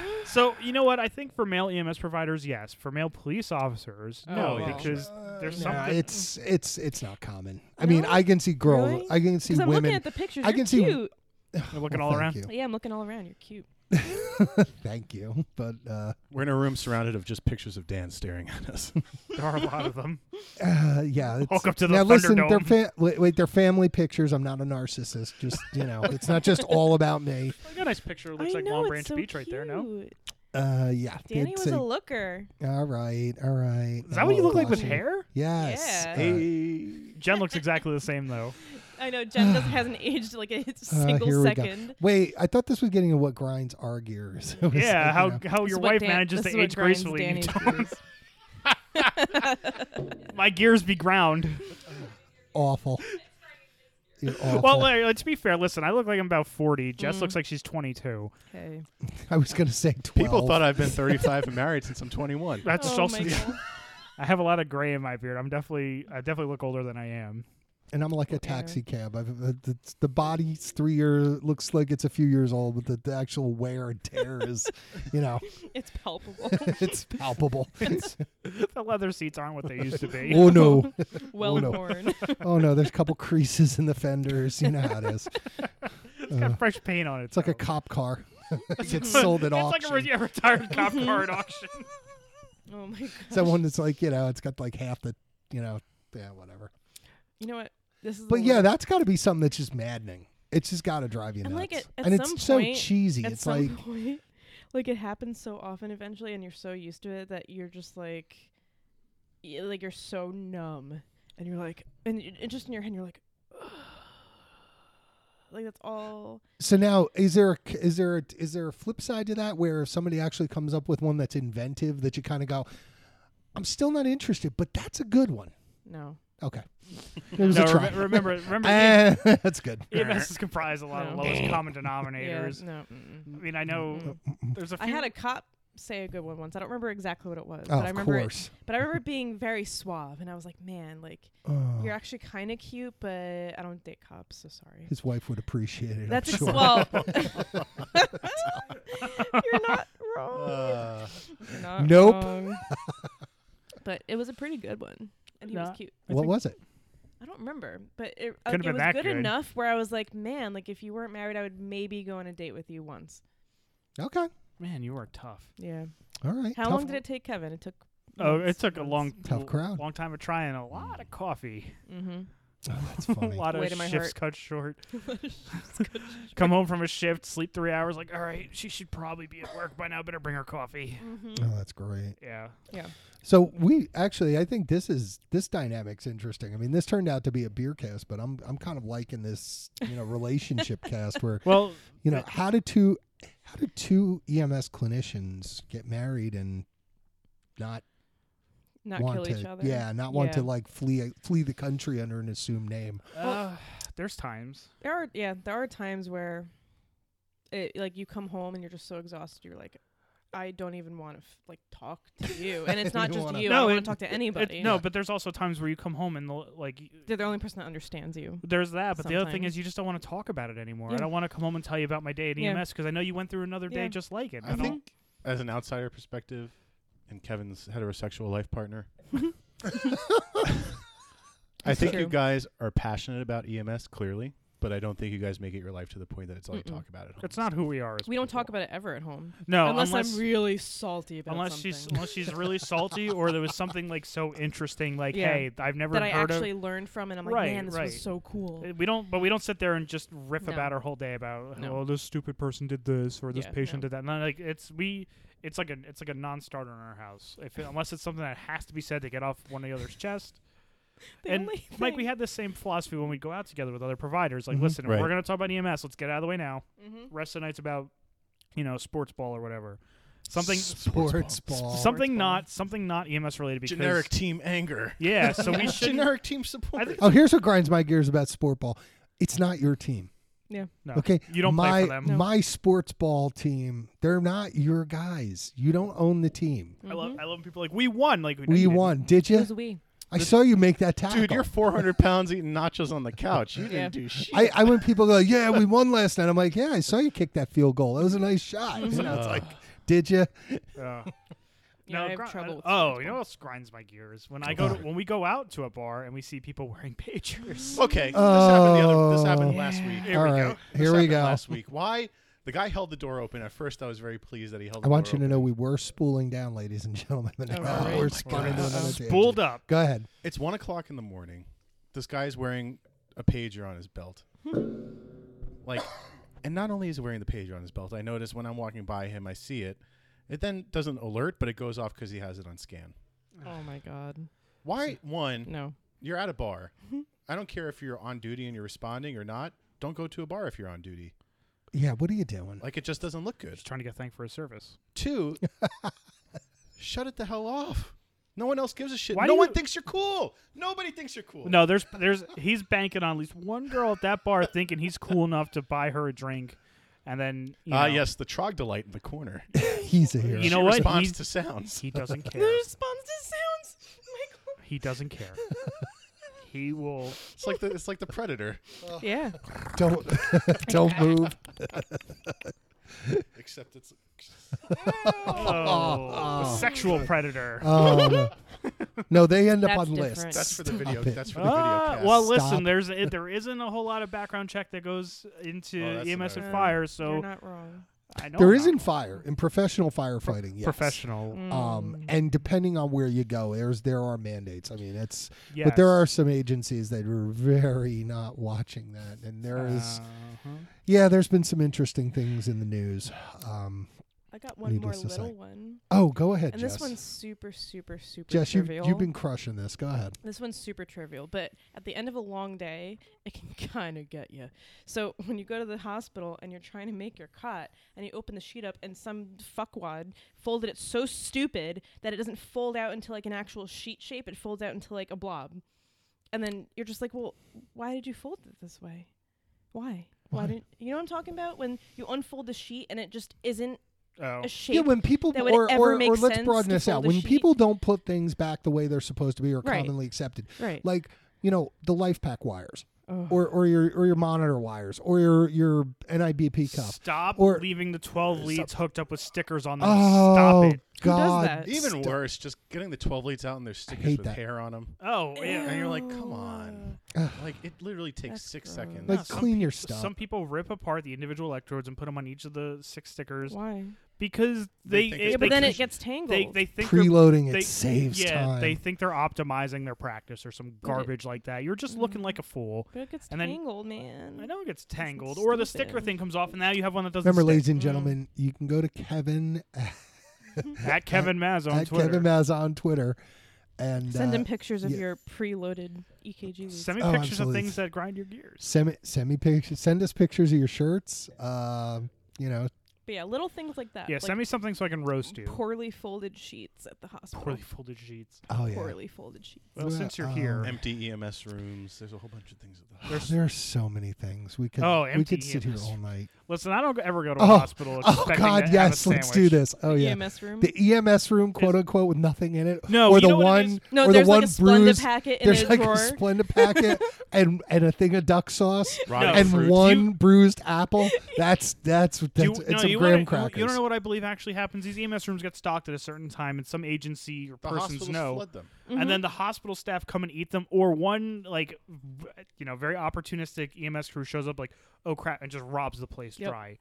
Speaker 2: so you know what? I think for male EMS providers, yes. For male police officers, no,
Speaker 4: Oh, yeah.
Speaker 2: because there's
Speaker 1: no,
Speaker 2: something-
Speaker 1: Uh, it's it's it's not common. I mean,
Speaker 3: No?
Speaker 1: I can see girls.
Speaker 3: Really?
Speaker 1: I can see
Speaker 3: Because I'm looking
Speaker 1: women.
Speaker 3: at the pictures.
Speaker 1: I
Speaker 3: You're
Speaker 1: can see-
Speaker 3: cute.
Speaker 2: they're looking
Speaker 1: Well,
Speaker 2: all
Speaker 1: thank
Speaker 2: around.
Speaker 3: Yeah, I'm looking all around. You're cute.
Speaker 1: You. thank you, but uh,
Speaker 4: We're in a room surrounded of just pictures of Dan staring at us.
Speaker 2: There are a lot of them.
Speaker 1: uh yeah. it's-
Speaker 2: Welcome to the
Speaker 1: now listen, they're
Speaker 2: Thunderdome.
Speaker 1: fa- wait, wait, they're family pictures. I'm not a narcissist. Just you know, it's not just all about me.
Speaker 2: I got a nice picture. Looks
Speaker 3: I
Speaker 2: like
Speaker 3: know,
Speaker 2: Long
Speaker 3: it's
Speaker 2: Branch
Speaker 3: so
Speaker 2: Beach right there. No,
Speaker 3: cute.
Speaker 1: Uh, yeah.
Speaker 3: Danny
Speaker 1: it's
Speaker 3: was a looker.
Speaker 1: all right, all right.
Speaker 2: is that what you
Speaker 1: Oh,
Speaker 2: look like with
Speaker 1: glossy.
Speaker 2: hair?
Speaker 1: Yes.
Speaker 3: Yeah.
Speaker 1: Uh,
Speaker 4: hey.
Speaker 2: Jen looks exactly the same though.
Speaker 3: I know Jen doesn't hasn't aged like a
Speaker 1: Uh,
Speaker 3: single
Speaker 1: here we go.
Speaker 3: second.
Speaker 1: Wait, I thought this was getting at what grinds our gears. It was like,
Speaker 2: Yeah,
Speaker 1: you
Speaker 2: how
Speaker 1: know.
Speaker 2: how
Speaker 3: This
Speaker 2: Oh, your
Speaker 3: is what
Speaker 2: wife
Speaker 3: Dan-
Speaker 2: manages
Speaker 3: this
Speaker 2: to
Speaker 3: is what
Speaker 2: age
Speaker 3: grinds
Speaker 2: gracefully. and you
Speaker 3: Danny's
Speaker 2: don't.
Speaker 3: gears.
Speaker 2: My gears be ground.
Speaker 1: awful. You're awful.
Speaker 2: Well, Larry, let's be fair. Listen, I look like I'm about 40. Jess
Speaker 3: Mm.
Speaker 2: looks like she's 22.
Speaker 3: Okay.
Speaker 1: I was gonna say twelve.
Speaker 4: People thought I've been 35 and married since I'm 21.
Speaker 2: That's
Speaker 3: oh,
Speaker 2: also.
Speaker 3: Michael.
Speaker 2: I have a lot of gray in my beard. I'm definitely. I definitely look older than I am.
Speaker 1: and I'm like a taxi cab. I've, uh, the, the body's three years looks like it's a few years old, but the, the actual wear and tear is, you know,
Speaker 3: it's palpable.
Speaker 1: it's palpable.
Speaker 2: The leather seats aren't what they used to be.
Speaker 1: oh no,
Speaker 3: well
Speaker 1: no.
Speaker 3: worn.
Speaker 1: oh no. There's a couple creases in the fenders. You know how it is.
Speaker 2: It's got fresh paint on
Speaker 1: Uh,
Speaker 2: it.
Speaker 1: It's like a cop car. it gets sold at
Speaker 2: It's like
Speaker 1: auction.
Speaker 2: a, re- yeah, retired cop car at auction.
Speaker 3: oh my god.
Speaker 1: It's that one that's like you know, it's got like half the, you know, yeah, whatever.
Speaker 3: You know what? This is. a
Speaker 1: But yeah,
Speaker 3: little-
Speaker 1: that's got to be something that's just maddening. It's just got to drive you nuts.
Speaker 3: And, like, at- at
Speaker 1: and
Speaker 3: some
Speaker 1: it's
Speaker 3: point-
Speaker 1: so cheesy.
Speaker 3: at
Speaker 1: It's
Speaker 3: some
Speaker 1: like
Speaker 3: point, like it happens so often eventually, and you're so used to it that you're just like, y- like you're so numb, and you're like, and, y- and just in your head, you're like, like that's all.
Speaker 1: So now, is there a, is there a, is there a flip side to that where if somebody actually comes up with one that's inventive that you kind of go, I'm still not interested, but that's a good one.
Speaker 3: No,
Speaker 1: Okay, it was
Speaker 2: no,
Speaker 1: a try.
Speaker 2: rem- remember, remember. E
Speaker 1: Eh, that's good.
Speaker 2: EMS is comprised of a lot of
Speaker 3: No.
Speaker 2: lowest common
Speaker 3: yeah,
Speaker 2: denominators.
Speaker 3: no. mm-mm.
Speaker 2: I mean, I know there's a few.
Speaker 3: I had a cop say a good one once. I don't remember exactly what it was,
Speaker 1: Oh,
Speaker 3: but
Speaker 1: of
Speaker 3: I remember. It,
Speaker 1: course.
Speaker 3: but I remember it being very suave, and I was like, man, like
Speaker 1: Oh,
Speaker 3: you're actually kind of cute, but I don't date cops, so sorry.
Speaker 1: his wife would appreciate it.
Speaker 3: That's
Speaker 1: I'm
Speaker 3: ex-
Speaker 1: sure.
Speaker 3: well. you're not wrong.
Speaker 4: Uh,
Speaker 3: You're not
Speaker 1: Nope.
Speaker 3: wrong. but it was a pretty good one, and he
Speaker 2: No.
Speaker 3: was cute.
Speaker 1: what was it?
Speaker 3: I don't remember, but it, uh,
Speaker 2: Could've
Speaker 3: it
Speaker 2: been
Speaker 3: was
Speaker 2: that
Speaker 3: good,
Speaker 2: good.
Speaker 3: enough where I was like, man, like if you weren't married, I would maybe go on a date with you once.
Speaker 1: Okay,
Speaker 2: Man, you are tough.
Speaker 3: Yeah.
Speaker 1: all right.
Speaker 3: How
Speaker 1: Tough-
Speaker 3: long did it take Kevin? It took.
Speaker 2: Oh, it took a long,
Speaker 1: Tough crowd.
Speaker 2: long time of trying, a lot of coffee,
Speaker 3: Mm-hmm.
Speaker 1: Oh, that's
Speaker 2: a
Speaker 1: funny.
Speaker 2: lot of
Speaker 3: Way to my
Speaker 2: shifts
Speaker 3: heart.
Speaker 2: cut short. Come home from a shift, sleep three hours. Like, all right, she should probably be at work by now. Better bring her coffee.
Speaker 3: mm-hmm.
Speaker 1: Oh, that's great.
Speaker 2: Yeah,
Speaker 3: Yeah.
Speaker 1: So we actually, I think this is this dynamic's interesting. I mean, this turned out to be a beer cast, but I'm I'm kind of liking this, you know, relationship cast where
Speaker 2: Well,
Speaker 1: you know how did two how did two ems clinicians get married and not
Speaker 3: Not
Speaker 1: want
Speaker 3: kill
Speaker 1: to
Speaker 3: each other.
Speaker 1: yeah not want to
Speaker 3: Yeah.
Speaker 1: like flee flee the country under an assumed name
Speaker 2: uh, there's times.
Speaker 3: There are yeah there are times where it, like you come home and you're just so exhausted. You're like, I don't even want to f- like talk to you, and it's not
Speaker 1: You
Speaker 3: just
Speaker 1: wanna-
Speaker 3: you. I
Speaker 2: No,
Speaker 3: don't want
Speaker 2: it-
Speaker 3: to talk to
Speaker 2: it-
Speaker 3: anybody.
Speaker 2: no, but there's also times where you come home and the- like y-
Speaker 3: they're the only person that understands you.
Speaker 2: there's that. But the other thing
Speaker 3: Sometimes.
Speaker 2: is you just don't want to talk about it anymore. I
Speaker 3: Yeah.
Speaker 2: don't want to come home and tell you about my day at E
Speaker 3: Yeah.
Speaker 2: EMS because I know you went through another day
Speaker 3: Yeah.
Speaker 2: just like it.
Speaker 4: I
Speaker 2: I don't-
Speaker 4: think, as an outsider perspective, and Kevin's heterosexual life partner, I
Speaker 3: That's
Speaker 4: think you
Speaker 3: true.
Speaker 4: guys are passionate about EMS clearly, but I don't think you guys make it your life to the point that it's all you
Speaker 3: Mm-mm.
Speaker 4: talk about at home.
Speaker 2: it's not who we are. as
Speaker 3: We don't
Speaker 2: people.
Speaker 3: talk about it ever at home,
Speaker 2: no
Speaker 3: unless,
Speaker 2: Oh, unless
Speaker 3: I'm really salty about
Speaker 2: unless
Speaker 3: something
Speaker 2: she's unless she's really salty or there was something like so interesting like
Speaker 3: Yeah.
Speaker 2: hey I've never
Speaker 3: that I
Speaker 2: heard
Speaker 3: actually learned from, and I'm like,
Speaker 2: Right,
Speaker 3: man, this
Speaker 2: right.
Speaker 3: was so cool.
Speaker 2: of. We don't, but we don't sit there and just riff
Speaker 3: No.
Speaker 2: about our whole day about
Speaker 3: No.
Speaker 2: oh this stupid person did this or this
Speaker 3: Yeah,
Speaker 2: patient
Speaker 3: no.
Speaker 2: did that. And like it's we, it's like a it's like a non-starter in our house. If unless it's something that has to be said to get off one of the other's chest.
Speaker 3: The
Speaker 2: and
Speaker 3: only
Speaker 2: Like
Speaker 3: thing-
Speaker 2: we had the same philosophy when we go out together with other providers. Like
Speaker 4: Mhm.
Speaker 2: listen, if
Speaker 4: Right.
Speaker 2: we're gonna talk about EMS. Let's get out of the way now.
Speaker 3: Mhm.
Speaker 2: Rest of the night's about, you know, sports ball or whatever. Something.
Speaker 1: Sports ball.
Speaker 2: Something
Speaker 3: ball.
Speaker 2: not something not EMS related because
Speaker 4: generic team anger.
Speaker 2: Yeah, so we should not
Speaker 4: generic team support.
Speaker 2: I think-
Speaker 1: Oh, here's what grinds my gears about sport ball. It's not your team.
Speaker 2: no,
Speaker 1: Okay.
Speaker 2: You don't
Speaker 1: my,
Speaker 2: play for them.
Speaker 3: No.
Speaker 1: My sports ball team, they're not your guys. You don't own the team.
Speaker 2: I love
Speaker 3: Mhm.
Speaker 2: I love when people are like we won like we,
Speaker 1: We won. Did
Speaker 3: It
Speaker 1: you?
Speaker 3: was a we.
Speaker 1: I saw you make that tackle.
Speaker 4: Dude, you're 400 pounds eating nachos on the couch. You didn't
Speaker 3: Yeah.
Speaker 4: do shit.
Speaker 1: I, I when people go, yeah, we won last night. I'm like, yeah, I saw you kick that field goal. That was a nice shot. You know, it's
Speaker 4: Uh.
Speaker 1: like, did you?
Speaker 2: Yeah.
Speaker 3: Yeah, I have trouble with
Speaker 2: oh,
Speaker 3: sports
Speaker 2: you know what
Speaker 3: ball.
Speaker 2: else grinds my gears when I go to,
Speaker 1: What?
Speaker 2: when we go out to a bar and we see people wearing pagers.
Speaker 4: Uh, Okay, this happened the other. This happened
Speaker 1: Oh.
Speaker 4: last week.
Speaker 2: Here
Speaker 1: All
Speaker 2: we go.
Speaker 1: right,
Speaker 4: This
Speaker 1: here we
Speaker 4: happened
Speaker 1: go.
Speaker 4: Last week, why the guy held the door open? At first, I was very pleased that he held.
Speaker 1: I
Speaker 4: The
Speaker 1: want
Speaker 4: door
Speaker 1: you to
Speaker 4: open.
Speaker 1: know we were spooling down, ladies and gentlemen. And
Speaker 3: Oh,
Speaker 1: now
Speaker 3: right.
Speaker 1: we're
Speaker 3: Oh,
Speaker 1: spun into
Speaker 4: God.
Speaker 1: another tangent.
Speaker 2: Uh, Spooled up.
Speaker 1: Go ahead.
Speaker 4: It's one o'clock in the morning. This guy's wearing a pager on his belt. like, and not only is he wearing the pager on his belt, I notice when I'm walking by him, I see it. It then doesn't alert, but it goes off because he has it on scan.
Speaker 3: Oh my god,
Speaker 4: Why? One,
Speaker 3: no.
Speaker 4: you're at a bar.
Speaker 1: Mm-hmm.
Speaker 4: I don't care if you're on duty and you're responding or not. Don't go to a bar if you're on duty.
Speaker 1: Yeah, what are you doing?
Speaker 4: Like, it just doesn't look good.
Speaker 2: Just trying to get thanked for his service.
Speaker 4: Two, shut it the hell off. No one else gives a shit.
Speaker 2: Why
Speaker 4: no
Speaker 2: do
Speaker 4: one
Speaker 2: you-
Speaker 4: thinks you're cool. Nobody thinks you're cool.
Speaker 2: No, there's there's he's banking on at least one girl at that bar thinking he's cool enough to buy her a drink, and then you know,
Speaker 4: Ah, yes, the trogdolite in the corner.
Speaker 1: He's a hero.
Speaker 2: You know
Speaker 4: she
Speaker 2: what?
Speaker 4: Responds
Speaker 2: He's-
Speaker 4: to sounds.
Speaker 2: he doesn't
Speaker 3: The
Speaker 2: care.
Speaker 3: response to sounds, Michael.
Speaker 2: he doesn't care. He will.
Speaker 4: It's like the it's like the predator,
Speaker 3: Yeah,
Speaker 1: don't don't move.
Speaker 4: except it's
Speaker 2: Oh, the
Speaker 1: Oh.
Speaker 2: sexual predator.
Speaker 1: Oh, no. no, they end up
Speaker 3: That's
Speaker 1: on
Speaker 3: different.
Speaker 1: lists.
Speaker 4: that's for the
Speaker 1: Stop
Speaker 4: video.
Speaker 1: it.
Speaker 4: That's for the video
Speaker 2: Ah,
Speaker 4: cast.
Speaker 2: well,
Speaker 1: Stop.
Speaker 2: listen, there's it, there isn't a whole lot of background check that goes into
Speaker 4: Oh, that's
Speaker 2: EMS and
Speaker 3: another-
Speaker 2: fire,
Speaker 3: you're
Speaker 2: so
Speaker 3: not wrong.
Speaker 2: I know
Speaker 1: There
Speaker 2: I'm
Speaker 1: is in
Speaker 2: not
Speaker 1: fire in professional firefighting. Yes.
Speaker 2: professional.
Speaker 1: Um,
Speaker 3: Mm.
Speaker 1: and depending on where you go, there's there are mandates. I mean, it's
Speaker 2: Yes.
Speaker 1: but there are some agencies that are very not watching that, and there is
Speaker 2: Uh-huh.
Speaker 1: yeah, there's been some interesting things in the news. Um,
Speaker 3: I got one more
Speaker 1: Needless to
Speaker 3: little
Speaker 1: say.
Speaker 3: one,
Speaker 1: oh, go ahead,
Speaker 3: and
Speaker 1: Jess.
Speaker 3: this one's super, super, super
Speaker 1: Jess, you
Speaker 3: trivial.
Speaker 1: you've been crushing this. Go ahead.
Speaker 3: This one's super trivial, but at the end of a long day, it can kind of get you. So when you go to the hospital and you're trying to make your cot, and you open the sheet up, and some fuckwad folded it so stupid that it doesn't fold out into like an actual sheet shape; it folds out into like a blob, and then you're just like, "Well, why did you fold it this way? Why? Why,
Speaker 1: Why?
Speaker 3: didn't you know what I'm talking about? When you unfold the sheet and it just isn't
Speaker 2: Oh.
Speaker 3: a shape."
Speaker 1: yeah, when people
Speaker 3: that would
Speaker 1: or,
Speaker 3: ever
Speaker 1: or,
Speaker 3: make
Speaker 1: or let's
Speaker 3: sense
Speaker 1: broaden
Speaker 3: to
Speaker 1: this out.
Speaker 3: fold a
Speaker 1: When
Speaker 3: sheet.
Speaker 1: people don't put things back the way they're supposed to be or
Speaker 3: Right.
Speaker 1: commonly accepted,
Speaker 3: right.
Speaker 1: like you know the life pack wires
Speaker 3: Ugh.
Speaker 1: or or your or your monitor wires or your your NIBP cuff.
Speaker 2: Stop
Speaker 1: Or-
Speaker 2: leaving the 12 leads hooked up with stickers on them.
Speaker 1: Oh
Speaker 2: Stop it.
Speaker 1: God!
Speaker 3: that?
Speaker 4: Even
Speaker 1: Stop.
Speaker 4: worse, just getting the twelve leads out and there's stickers
Speaker 1: hate
Speaker 4: with
Speaker 1: that.
Speaker 4: hair on them.
Speaker 2: Oh, yeah.
Speaker 4: And you're like, come on.
Speaker 1: Ugh.
Speaker 4: Like it literally takes
Speaker 3: That's
Speaker 4: six
Speaker 3: gross.
Speaker 4: seconds.
Speaker 1: Like
Speaker 2: No, some
Speaker 1: clean your
Speaker 2: So
Speaker 1: stuff.
Speaker 2: Some people rip apart the individual electrodes and put them on each of the six stickers
Speaker 3: Why?
Speaker 2: because they
Speaker 4: They think
Speaker 2: it-
Speaker 4: it's
Speaker 3: Yeah,
Speaker 2: they,
Speaker 3: but then it
Speaker 4: Electrician.
Speaker 3: gets tangled.
Speaker 2: they, they think they're-
Speaker 1: Preloading
Speaker 2: they,
Speaker 1: it saves
Speaker 2: yeah,
Speaker 1: time.
Speaker 2: they think they're optimizing their practice or some garbage like that. You're just looking
Speaker 3: Mm.
Speaker 2: like a fool.
Speaker 3: But it gets
Speaker 2: And then-
Speaker 3: tangled, man.
Speaker 2: I know it gets tangled,
Speaker 3: stupid.
Speaker 2: or the sticker thing comes off, and now you have one that doesn't.
Speaker 1: Remember,
Speaker 2: stick.
Speaker 1: ladies and
Speaker 3: Mm.
Speaker 1: gentlemen, you can go to Kevin at,
Speaker 2: at Kevin Maz on
Speaker 1: at
Speaker 2: Twitter.
Speaker 1: Kevin Maz on Twitter, and
Speaker 3: Send
Speaker 1: uh,
Speaker 3: him pictures of
Speaker 1: yeah.
Speaker 3: your preloaded E EKG. leads.
Speaker 2: Send me
Speaker 1: Oh,
Speaker 2: pictures
Speaker 1: absolutely.
Speaker 2: of things that grind your gears.
Speaker 1: send me, send me pictures. Send us pictures of your shirts. Uh, you know,
Speaker 3: But yeah, little things like that.
Speaker 2: Yeah,
Speaker 3: like
Speaker 2: send me something so I can roast you.
Speaker 3: poorly folded sheets at the hospital.
Speaker 2: Poorly folded sheets.
Speaker 1: oh yeah,
Speaker 3: Poorly folded sheets.
Speaker 2: Well,
Speaker 1: Yeah,
Speaker 2: since you're
Speaker 1: um,
Speaker 2: here,
Speaker 4: Empty E EMS rooms. There's a whole bunch of things. At the
Speaker 1: there are so many things we could.
Speaker 2: Oh,
Speaker 1: we could
Speaker 2: empty
Speaker 1: sit here
Speaker 2: EMS.
Speaker 1: all night.
Speaker 2: Listen, I don't ever go to a
Speaker 1: Oh.
Speaker 2: hospital
Speaker 1: Oh
Speaker 2: expecting to
Speaker 1: God,
Speaker 2: have a
Speaker 1: yes, let's do
Speaker 2: sandwich.
Speaker 1: this. Oh yeah,
Speaker 3: EMS E room.
Speaker 1: the EMS room, quote unquote, with nothing in it.
Speaker 2: No,
Speaker 1: or
Speaker 2: you
Speaker 1: the
Speaker 2: know what it
Speaker 1: one,
Speaker 2: is?
Speaker 3: no,
Speaker 1: or the
Speaker 3: there's like
Speaker 1: one
Speaker 3: a Splenda
Speaker 1: bruised-
Speaker 3: packet in
Speaker 1: there's
Speaker 3: a
Speaker 1: like
Speaker 3: drawer.
Speaker 1: a Splenda packet and and a thing of duck sauce
Speaker 2: No.
Speaker 1: and
Speaker 4: Oh, fruit.
Speaker 1: one
Speaker 2: You-
Speaker 1: bruised apple. That's that's
Speaker 2: Do
Speaker 1: that's
Speaker 2: you-
Speaker 1: it's
Speaker 2: no,
Speaker 1: some
Speaker 2: you
Speaker 1: graham
Speaker 2: wanna-
Speaker 1: crackers.
Speaker 2: You don't know what I believe actually happens. These EMS rooms get stocked at a certain time, and some agency or persons know,
Speaker 4: them.
Speaker 3: Mhm.
Speaker 2: and then the hospital staff come and eat them. Or one like, v- you know, very opportunistic EMS crew shows up like, oh crap, and just robs the place
Speaker 3: Yep.
Speaker 2: dry.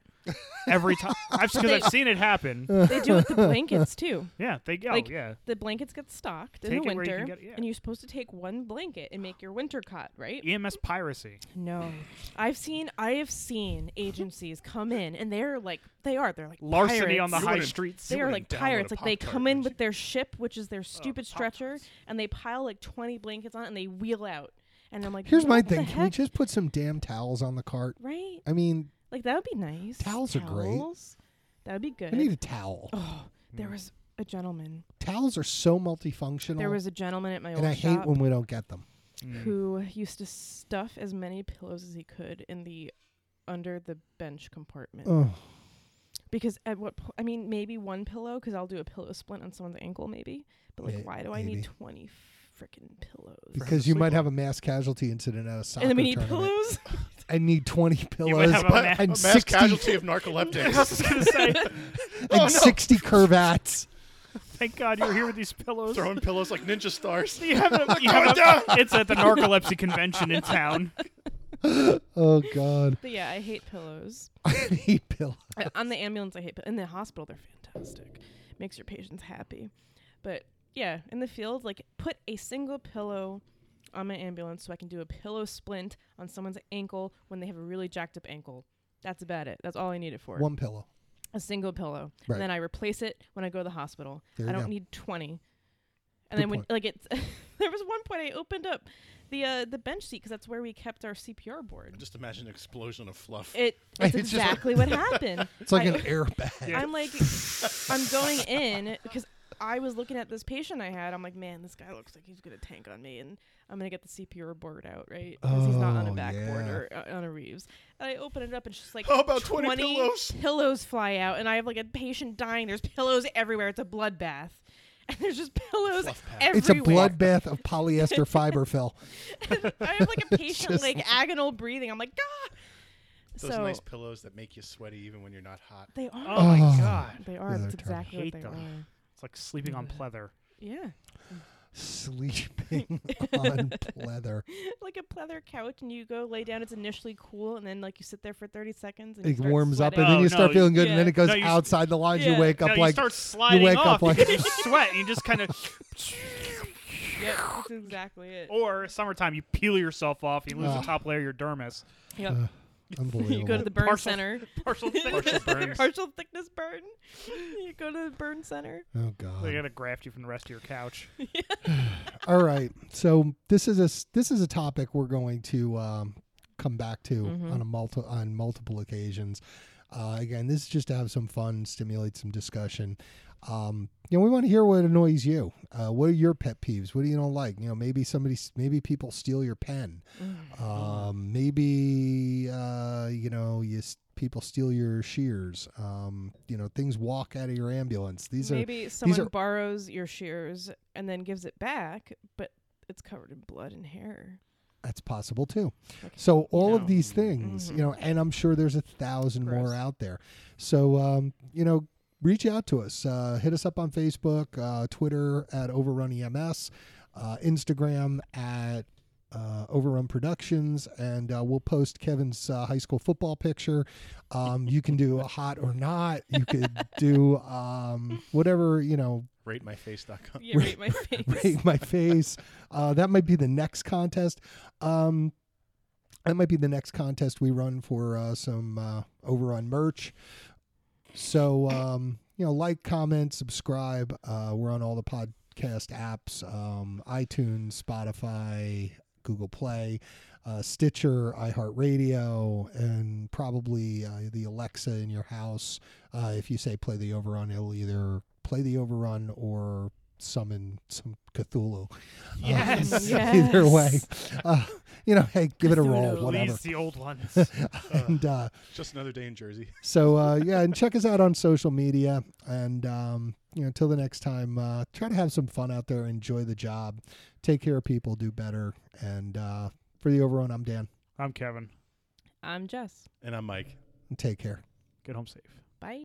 Speaker 2: Every time, I've because I've seen it happen.
Speaker 3: they do it with the blankets too.
Speaker 2: Yeah, they go.
Speaker 3: Uh. Like,
Speaker 2: yeah,
Speaker 3: The blankets get stocked in
Speaker 2: Take
Speaker 3: the
Speaker 2: it where you
Speaker 3: winter,
Speaker 2: can get it, yeah.
Speaker 3: and you're supposed to take one blanket and make your winter cot, right?
Speaker 2: EMS E piracy.
Speaker 3: No, I've seen I have seen agencies come in, and they're like they are they're like
Speaker 2: larceny on the
Speaker 3: pirates.
Speaker 2: high
Speaker 4: wouldn't-
Speaker 2: streets.
Speaker 3: They
Speaker 4: You
Speaker 3: are
Speaker 4: wouldn't
Speaker 3: like
Speaker 4: download
Speaker 3: pirates.
Speaker 4: a
Speaker 3: Like they
Speaker 4: Pop-Tart,
Speaker 3: come
Speaker 4: would
Speaker 3: in
Speaker 4: you?
Speaker 3: with their ship, which is their stupid stretcher,
Speaker 2: Pop-Tarts.
Speaker 3: and they pile like 20 blankets on it and they wheel out. And I'm like,
Speaker 1: Here's my
Speaker 3: what the
Speaker 1: thing: can we
Speaker 3: heck?
Speaker 1: just put some damn towels on the cart?
Speaker 3: right?
Speaker 1: I mean,
Speaker 3: Like that would be nice.
Speaker 1: Towels are great.
Speaker 3: Towels. That would be good.
Speaker 1: I need a towel.
Speaker 3: oh, there was a gentleman.
Speaker 1: Towels are so multifunctional,
Speaker 3: There was a gentleman at my
Speaker 1: and
Speaker 3: old
Speaker 1: I
Speaker 3: shop
Speaker 1: hate when we don't get them.
Speaker 2: Hmm. Mm.
Speaker 3: who used to stuff as many pillows as he could in the under the bench compartment.
Speaker 1: Ugh.
Speaker 3: Because at what po- I mean, maybe one pillow, 'cause I'll do a pillow splint on someone's ankle, maybe. But like,
Speaker 1: May-
Speaker 3: why do I
Speaker 1: maybe.
Speaker 3: need twenty frickin' pillows?
Speaker 2: Perhaps
Speaker 1: because you
Speaker 2: sleep
Speaker 1: might
Speaker 2: on
Speaker 1: have a mass casualty incident at a soccer
Speaker 3: and then we need
Speaker 1: tournament.
Speaker 3: pillows.
Speaker 1: I need 20
Speaker 2: might
Speaker 1: pillows
Speaker 2: have a
Speaker 1: but-
Speaker 2: ma-
Speaker 1: and,
Speaker 4: A mass
Speaker 1: 60,
Speaker 4: casualty of
Speaker 2: I was
Speaker 4: narcoleptics.
Speaker 2: just gonna say,
Speaker 1: and
Speaker 4: Oh, no.
Speaker 1: 60 cravats.
Speaker 2: thank God you're here with these pillows.
Speaker 4: Throwing pillows like ninja stars.
Speaker 2: You have a, you have a, it's at the narcolepsy convention in town.
Speaker 1: Oh, God.
Speaker 3: but yeah, I hate pillows.
Speaker 1: I need pillows.
Speaker 3: Uh, on the ambulance, I hate. But in the hospital, they're fantastic. Makes your patients happy. But yeah, in the field, like put a single pillow on my ambulance so I can do a pillow splint on someone's ankle when they have a really jacked up ankle. That's about it. That's all I need it for.
Speaker 1: One pillow.
Speaker 3: A single pillow.
Speaker 1: Right.
Speaker 3: And then I replace it when I go to the hospital.
Speaker 1: There
Speaker 3: I
Speaker 1: you
Speaker 3: don't
Speaker 1: go.
Speaker 3: need 20. And
Speaker 1: Good
Speaker 3: then when,
Speaker 1: point.
Speaker 3: like it's there was one point I opened up the uh, the bench seat because that's where we kept our CPR board.
Speaker 4: Just imagine an explosion of fluff.
Speaker 3: It
Speaker 1: It's
Speaker 3: that's
Speaker 1: just like-
Speaker 3: exactly what happened.
Speaker 1: It's like
Speaker 3: I-
Speaker 1: an airbag.
Speaker 2: Yeah.
Speaker 3: I'm like, I'm going in because I was looking at this patient I had. I'm like, man, this guy looks like he's gonna tank on me, and I'm gonna get the CPR board out, right? Because he's not on a
Speaker 1: Oh,
Speaker 3: backboard
Speaker 1: yeah.
Speaker 3: or uh, on a Reeves. And I open it up, and it's just like,
Speaker 4: How about 20 pillows?
Speaker 3: pillows fly out, and I have like a patient dying. There's pillows everywhere. It's a bloodbath, and there's just pillows
Speaker 4: Fluff pack.
Speaker 3: everywhere.
Speaker 1: It's a bloodbath of polyester fiber, Phil.
Speaker 3: I have like a patient
Speaker 1: just
Speaker 3: like agonal breathing. I'm like, ah.
Speaker 4: Those
Speaker 3: so
Speaker 4: nice pillows that make you sweaty even when you're not hot.
Speaker 3: they are.
Speaker 2: Oh my
Speaker 1: Oh.
Speaker 2: God,
Speaker 3: They are.
Speaker 1: Yeah,
Speaker 3: That's
Speaker 1: they're terrible.
Speaker 3: exactly what
Speaker 2: Hate
Speaker 3: they
Speaker 2: them.
Speaker 3: are.
Speaker 2: it's like sleeping on pleather.
Speaker 3: Yeah.
Speaker 1: Sleeping on pleather.
Speaker 3: like a pleather couch and you go lay down. It's initially cool, and then like you sit there for thirty seconds and you
Speaker 1: It
Speaker 3: start
Speaker 1: warms up, and
Speaker 3: sweating.
Speaker 1: then
Speaker 2: Oh,
Speaker 1: you start
Speaker 2: no,
Speaker 1: feeling good, and then
Speaker 3: yeah.
Speaker 1: it goes
Speaker 2: No, you s-
Speaker 1: outside the lines. You
Speaker 3: Yeah.
Speaker 1: wake
Speaker 2: No,
Speaker 1: up
Speaker 2: you
Speaker 1: like
Speaker 2: start sliding
Speaker 1: wake
Speaker 2: off
Speaker 1: up like-
Speaker 2: because you sweat. And you just kind of,
Speaker 3: Yep, that's exactly it.
Speaker 2: or summertime, you peel yourself off. You lose
Speaker 1: Ah.
Speaker 2: the top layer of your dermis.
Speaker 3: Yep.
Speaker 1: Uh,
Speaker 3: you go to
Speaker 1: unbelievable.
Speaker 3: the burn
Speaker 2: Partial-
Speaker 3: center.
Speaker 2: Partial thickness burns.
Speaker 3: Partial thickness burn. You go to the burn center.
Speaker 1: Oh
Speaker 2: They
Speaker 1: God!
Speaker 2: gotta graft you from the rest of your couch.
Speaker 1: All right. So this is a s- this is a topic we're going to um, come back to
Speaker 3: Mhm.
Speaker 1: on a multi on multiple occasions. Uh, again, this is just to have some fun, stimulate some discussion. Um, you know, we want to hear what annoys you. Uh, what are your pet peeves? What do you don't like? You know, maybe somebody, s- maybe people steal your pen. Um, maybe uh, you know, you s- people steal your shears. Um, you know, things walk out of your ambulance. These are
Speaker 3: Maybe someone
Speaker 1: are-
Speaker 3: borrows your shears and then gives it back, but it's covered in blood and hair.
Speaker 1: that's possible too.
Speaker 3: Like,
Speaker 1: So all
Speaker 2: No.
Speaker 1: of these things,
Speaker 3: Mhm.
Speaker 1: you know, and I'm sure there's a thousand more
Speaker 3: Gross.
Speaker 1: out there. So um, you know, reach out to us. Uh, hit us up on Facebook, uh, Twitter at Overrun EMS, uh, Instagram at uh, Overrun Productions, and uh, we'll post Kevin's uh, high school football picture. Um, you can do a hot or not. You could do um, whatever you know
Speaker 4: RateMyFace.com.
Speaker 3: yeah, right in my face.
Speaker 1: paint my face. Uh, that might be the next contest. Um, that might be the next contest we run for uh, some uh, over on merch. So um, you know, like, comment, subscribe. Uh, we're on all the podcast apps: um, iTunes, Spotify, Google Play, uh, Stitcher, iHeartRadio, and probably uh, the Alexa in your house. Uh, if you say "play the overrun," it'll either play the overrun or summon some Cthulhu. Uh,
Speaker 2: Yes.
Speaker 1: Either way, uh, you know, hey, give it a
Speaker 3: Cthulhu.
Speaker 1: roll,
Speaker 2: Release
Speaker 1: whatever.
Speaker 2: the old ones. Uh,
Speaker 1: And uh,
Speaker 4: Just another day in Jersey.
Speaker 1: so uh, yeah, and check us out on social media. And um, you know, till the next time, uh, try to have some fun out there. Enjoy the job. Take care of people. Do better. And uh, for the overrun, I'm Dan.
Speaker 2: I'm Kevin.
Speaker 3: I'm Jess.
Speaker 4: And I'm Mike.
Speaker 1: Take care.
Speaker 2: Get home safe.
Speaker 3: Bye.